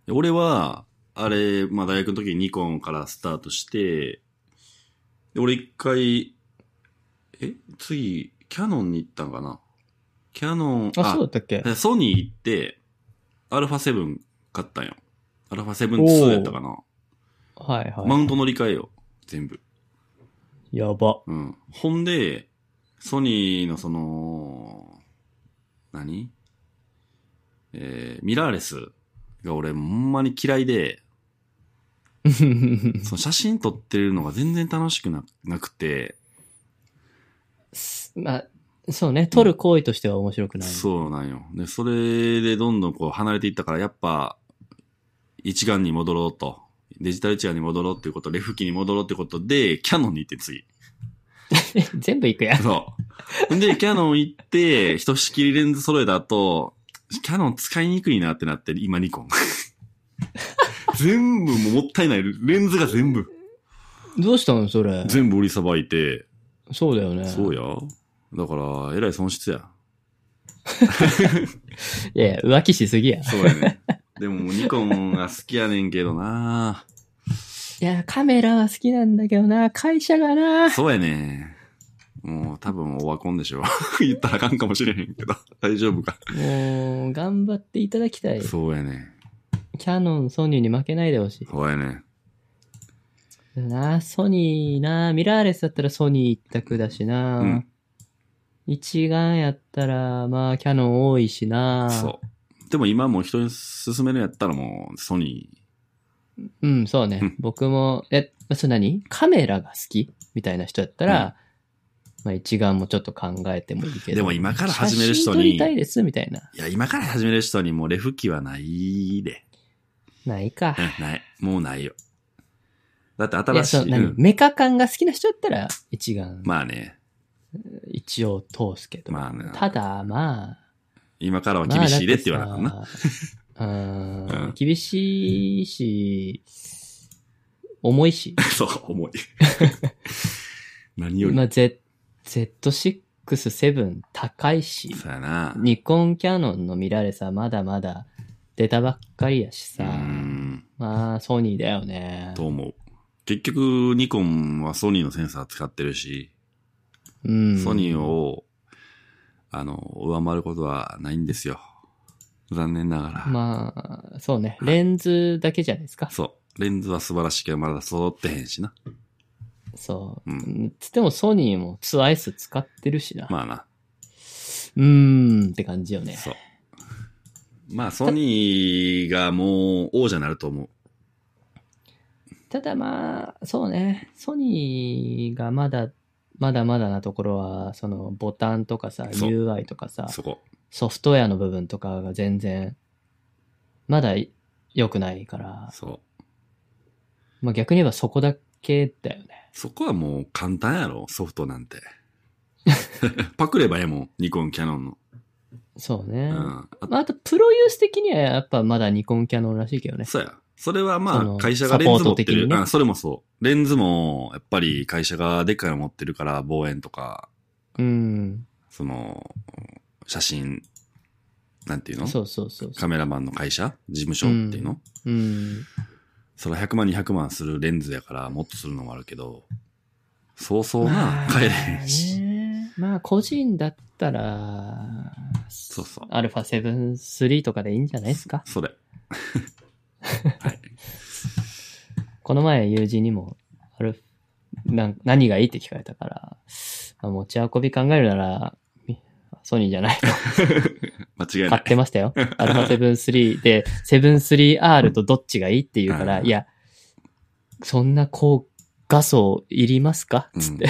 [SPEAKER 2] 俺は、あれ、まあ大学の時にニコンからスタートして、で俺一回、え次、キャノンに行ったんかなキャノン、
[SPEAKER 1] あ、そうだったっけ
[SPEAKER 2] あソニー行って、アルファ7買ったんよ。アルファ7-2やったかな
[SPEAKER 1] はい
[SPEAKER 2] マ
[SPEAKER 1] は
[SPEAKER 2] ウント乗り換えよ。全部。
[SPEAKER 1] い。やば。
[SPEAKER 2] うん。ほんで、ソニーのその、何えー、ミラーレスが俺ほんまに嫌いで、その写真撮ってるのが全然楽しくななくて、
[SPEAKER 1] すまあ、そうね。撮る行為としては面白くない。
[SPEAKER 2] そうなんよ。で、それでどんどんこう離れていったから、やっぱ、一眼に戻ろうと。デジタル一眼に戻ろうっていうこと、レフ機に戻ろうってことで、キャノンに行って次。
[SPEAKER 1] 全部いくやん。
[SPEAKER 2] そう。で、キャノン行って、ひとしきりレンズ揃えた後、キャノン使いにくいなってなって、今ニコン。全部もうもったいない。レンズが全部、
[SPEAKER 1] どうしたのそれ。
[SPEAKER 2] 全部売りさばいて、
[SPEAKER 1] そうだよね。
[SPEAKER 2] そうや。だから、えらい損失や。
[SPEAKER 1] いやいや、浮気しすぎや。
[SPEAKER 2] そうやね。でももうニコンが好きやねんけどない
[SPEAKER 1] や、カメラは好きなんだけどな、会社がな。
[SPEAKER 2] そうやね。もう多分オワコンでしょ。 言ったらあかんかもしれへんけど。大丈夫か。
[SPEAKER 1] もう、頑張っていただきたい。
[SPEAKER 2] そうやね。
[SPEAKER 1] キャノン、ソニーに負けないでほしい。
[SPEAKER 2] そうやね。
[SPEAKER 1] でもな、ソニーな、ミラーレスだったらソニー一択だしな。
[SPEAKER 2] うん
[SPEAKER 1] 一眼やったら、まあ、キャノン多いしな。
[SPEAKER 2] そう。でも今もう人に勧めるんやったらもうソニ
[SPEAKER 1] う。ん、そうね。
[SPEAKER 2] うん
[SPEAKER 1] 僕も、え、それ何カメラが好きみたいな人やったら、まあ、一眼もちょっと考えてもいいけ
[SPEAKER 2] ー。
[SPEAKER 1] ど。
[SPEAKER 2] でも今から始める
[SPEAKER 1] 写
[SPEAKER 2] 人
[SPEAKER 1] 真撮り
[SPEAKER 2] に、
[SPEAKER 1] たいです、みたいな。
[SPEAKER 2] いや、今から始める人にもうレフ機はないで。
[SPEAKER 1] ないか。
[SPEAKER 2] うん ない。もうないよ。だって
[SPEAKER 1] いや
[SPEAKER 2] 新し
[SPEAKER 1] そう
[SPEAKER 2] い。う
[SPEAKER 1] 何
[SPEAKER 2] ん
[SPEAKER 1] メカ感が好きな人だったら、一眼、
[SPEAKER 2] まあね。
[SPEAKER 1] 一応通すけど。
[SPEAKER 2] まあね。
[SPEAKER 1] ただ、まあ、
[SPEAKER 2] 今からは厳しいでって言わなかったな。
[SPEAKER 1] まあだ ってさうー
[SPEAKER 2] うん
[SPEAKER 1] ん、厳しいし、重いし。
[SPEAKER 2] そう、重い。何より。
[SPEAKER 1] まあ、Z、Z6、7高いし、
[SPEAKER 2] そうやな。
[SPEAKER 1] ニコンキャノンのミラーレさ、まだまだ出たばっかりやし
[SPEAKER 2] う
[SPEAKER 1] さ、
[SPEAKER 2] ん。
[SPEAKER 1] まあ、ソニーだよね。
[SPEAKER 2] と思う。結局、ニコンはソニーのセンサー使ってるし、
[SPEAKER 1] うん。
[SPEAKER 2] ソニーを、あの、上回ることはないんですよ。残念ながら。
[SPEAKER 1] まあ、そうね。レンズだけじゃないですか。
[SPEAKER 2] そう。レンズは素晴らしいけど、まだ揃ってへんしな。
[SPEAKER 1] そう。
[SPEAKER 2] う
[SPEAKER 1] うんん、つってもソニーも 2S 使ってるしな。
[SPEAKER 2] まあな。
[SPEAKER 1] うーんって感じよね。
[SPEAKER 2] そう。まあ、ソニーがもう王者になると思う。
[SPEAKER 1] ただまあ、そうね。ソニーがまだ、まだまだなところは、そのボタンとかさ、
[SPEAKER 2] そう
[SPEAKER 1] UI とかさ、
[SPEAKER 2] そこ。
[SPEAKER 1] ソフトウェアの部分とかが全然、まだい良くないから、
[SPEAKER 2] そう。
[SPEAKER 1] まあ逆に言えばそこだけだよね。
[SPEAKER 2] そこはもう簡単やろ、ソフトなんて。 パクればええもん、ニコン、キャノンの。
[SPEAKER 1] そう
[SPEAKER 2] う
[SPEAKER 1] ね。
[SPEAKER 2] ん。
[SPEAKER 1] ま
[SPEAKER 2] あ
[SPEAKER 1] ああと、プロユース的にはやっぱまだニコンキャノンらしいけどね。
[SPEAKER 2] そうや。それは
[SPEAKER 1] そ
[SPEAKER 2] まあ、
[SPEAKER 1] の
[SPEAKER 2] 会社がレンズ持っ
[SPEAKER 1] サポ
[SPEAKER 2] て
[SPEAKER 1] ート的に
[SPEAKER 2] る。
[SPEAKER 1] ね
[SPEAKER 2] あそれもそう。レンズも、やっぱり会社がでっかいの持ってるから、望遠とか、
[SPEAKER 1] うん。
[SPEAKER 2] その、写真、なんていうの
[SPEAKER 1] そうそうそうそ
[SPEAKER 2] カメラマンの会社事務所っていうの、
[SPEAKER 1] う。うん。
[SPEAKER 2] それは100万、200万するレンズやから、もっとするのもあるけど、そうそう
[SPEAKER 1] ま
[SPEAKER 2] な
[SPEAKER 1] あ、
[SPEAKER 2] 買えれへんし。
[SPEAKER 1] ねまあ、個人だったら、
[SPEAKER 2] そうそう
[SPEAKER 1] アルファ7-3とかでいいんじゃないですか。
[SPEAKER 2] それ。
[SPEAKER 1] この前友人にも、アルフなん何がいいって聞かれたから、あ持ち運び考えるなら、みソニーじゃない。
[SPEAKER 2] 間違いな
[SPEAKER 1] 買
[SPEAKER 2] い
[SPEAKER 1] っ。てましたよ。アルファ7-3で、7-3R とどっちがいいって言うか
[SPEAKER 2] う
[SPEAKER 1] ら、
[SPEAKER 2] ん
[SPEAKER 1] いや、そんな高画素いりますかつって、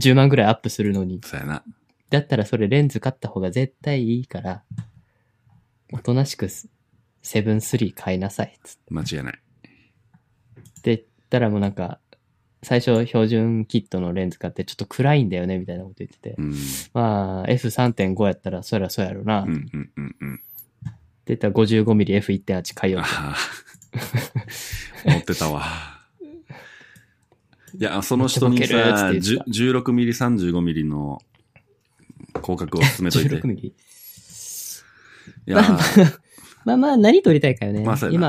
[SPEAKER 1] 10万ぐらいアップするのに。
[SPEAKER 2] そうやな。
[SPEAKER 1] だったらそれレンズ買った方が絶対いいから、おとなしくすセブンスリー買いなさいっつっ
[SPEAKER 2] 間違いない。
[SPEAKER 1] て言ったらもうなんか、最初標準キットのレンズ買ってちょっと暗いんだよねみたいなこと言ってて、
[SPEAKER 2] うん。
[SPEAKER 1] まあ F3.5 やったらそりゃそうやろな、
[SPEAKER 2] う
[SPEAKER 1] って
[SPEAKER 2] んうんうんうん。
[SPEAKER 1] 言ったら 55mmF1.8 買いようと
[SPEAKER 2] ああ。持ってたわ。いや、その人に
[SPEAKER 1] 持ってこ
[SPEAKER 2] さ、
[SPEAKER 1] けるっつって言って
[SPEAKER 2] 16ミリ、35ミリの広角を進めといて。い
[SPEAKER 1] 16mm。
[SPEAKER 2] や、
[SPEAKER 1] まあまあ何撮りたいかよね。
[SPEAKER 2] まあそうやな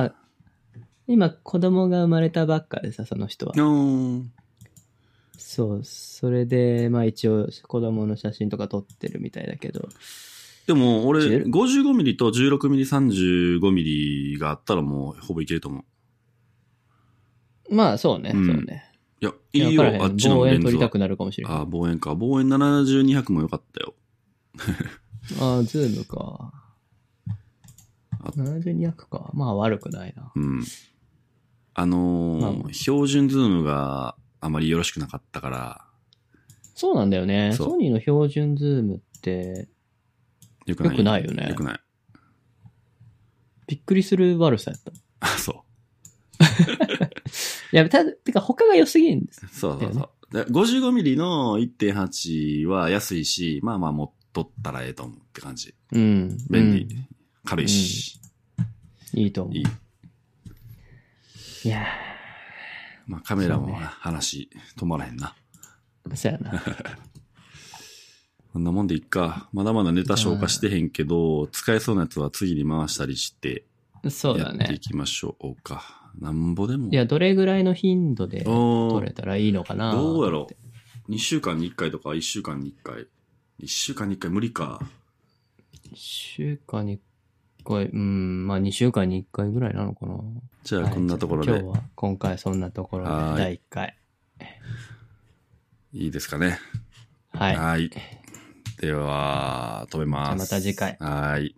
[SPEAKER 1] 今、今子供が生まれたばっかでさ、その人は。
[SPEAKER 2] うん
[SPEAKER 1] そう、それで、まあ一応子供の写真とか撮ってるみたいだけど、
[SPEAKER 2] でも俺、
[SPEAKER 1] 10
[SPEAKER 2] 55ミリと16ミリ、35ミリがあったらもうほぼいけると思う。
[SPEAKER 1] まあそうね、
[SPEAKER 2] うん
[SPEAKER 1] そうね。
[SPEAKER 2] いや、いいよ
[SPEAKER 1] わからへ、ん
[SPEAKER 2] あっちの
[SPEAKER 1] 望
[SPEAKER 2] レ
[SPEAKER 1] 遠
[SPEAKER 2] ンズ
[SPEAKER 1] 取りた
[SPEAKER 2] は
[SPEAKER 1] く。なるかもしれない。
[SPEAKER 2] ああ、望遠か。望遠70、200も良かったよ。
[SPEAKER 1] ああ、ズームか
[SPEAKER 2] あ。
[SPEAKER 1] 7200か。まあ悪くないな。
[SPEAKER 2] うん。あのー
[SPEAKER 1] まあ
[SPEAKER 2] 標準ズームがあまりよろしくなかったから、
[SPEAKER 1] そうなんだよね。
[SPEAKER 2] そう
[SPEAKER 1] ソニーの標準ズームって、
[SPEAKER 2] よくない。
[SPEAKER 1] 良くないよね
[SPEAKER 2] よくない。
[SPEAKER 1] びっくりする悪さやった。い
[SPEAKER 2] あ、そ
[SPEAKER 1] や、ただ、てか他が良すぎるんです
[SPEAKER 2] う。。そうそ
[SPEAKER 1] だ
[SPEAKER 2] うそう。で 55mm の1.8は安いし、まあまあ持っとったらええと思うって感じ。
[SPEAKER 1] うん。
[SPEAKER 2] 便利。軽いし、
[SPEAKER 1] うんいいと思う。
[SPEAKER 2] いい
[SPEAKER 1] い。や
[SPEAKER 2] まあカメラもな
[SPEAKER 1] そうね
[SPEAKER 2] 話止まらへんな。
[SPEAKER 1] ー、そうやな。
[SPEAKER 2] こんなもんでいっか。まだまだネタ消化してへんけど、使えそうなやつは次に回したりして、
[SPEAKER 1] そう
[SPEAKER 2] や
[SPEAKER 1] だ
[SPEAKER 2] ってい
[SPEAKER 1] ね。
[SPEAKER 2] きましょうか。なんぼでも。
[SPEAKER 1] いや、どれぐらいの頻度で
[SPEAKER 2] お
[SPEAKER 1] 撮
[SPEAKER 2] ー
[SPEAKER 1] れたらいいのかな
[SPEAKER 2] どうやろう ?2 週間に1回とか1週間に1回。1週間に1回無理か。
[SPEAKER 1] 1週間に1回、うん、まあ2週間に1回ぐらいなのかな。
[SPEAKER 2] じゃ
[SPEAKER 1] は
[SPEAKER 2] あ
[SPEAKER 1] い
[SPEAKER 2] こんなところで、
[SPEAKER 1] 今日は、今回そんなところで
[SPEAKER 2] はーい、
[SPEAKER 1] 第1回。
[SPEAKER 2] いいですかね。
[SPEAKER 1] はい。
[SPEAKER 2] はい。では、止めます。
[SPEAKER 1] じゃあまた次回
[SPEAKER 2] はい。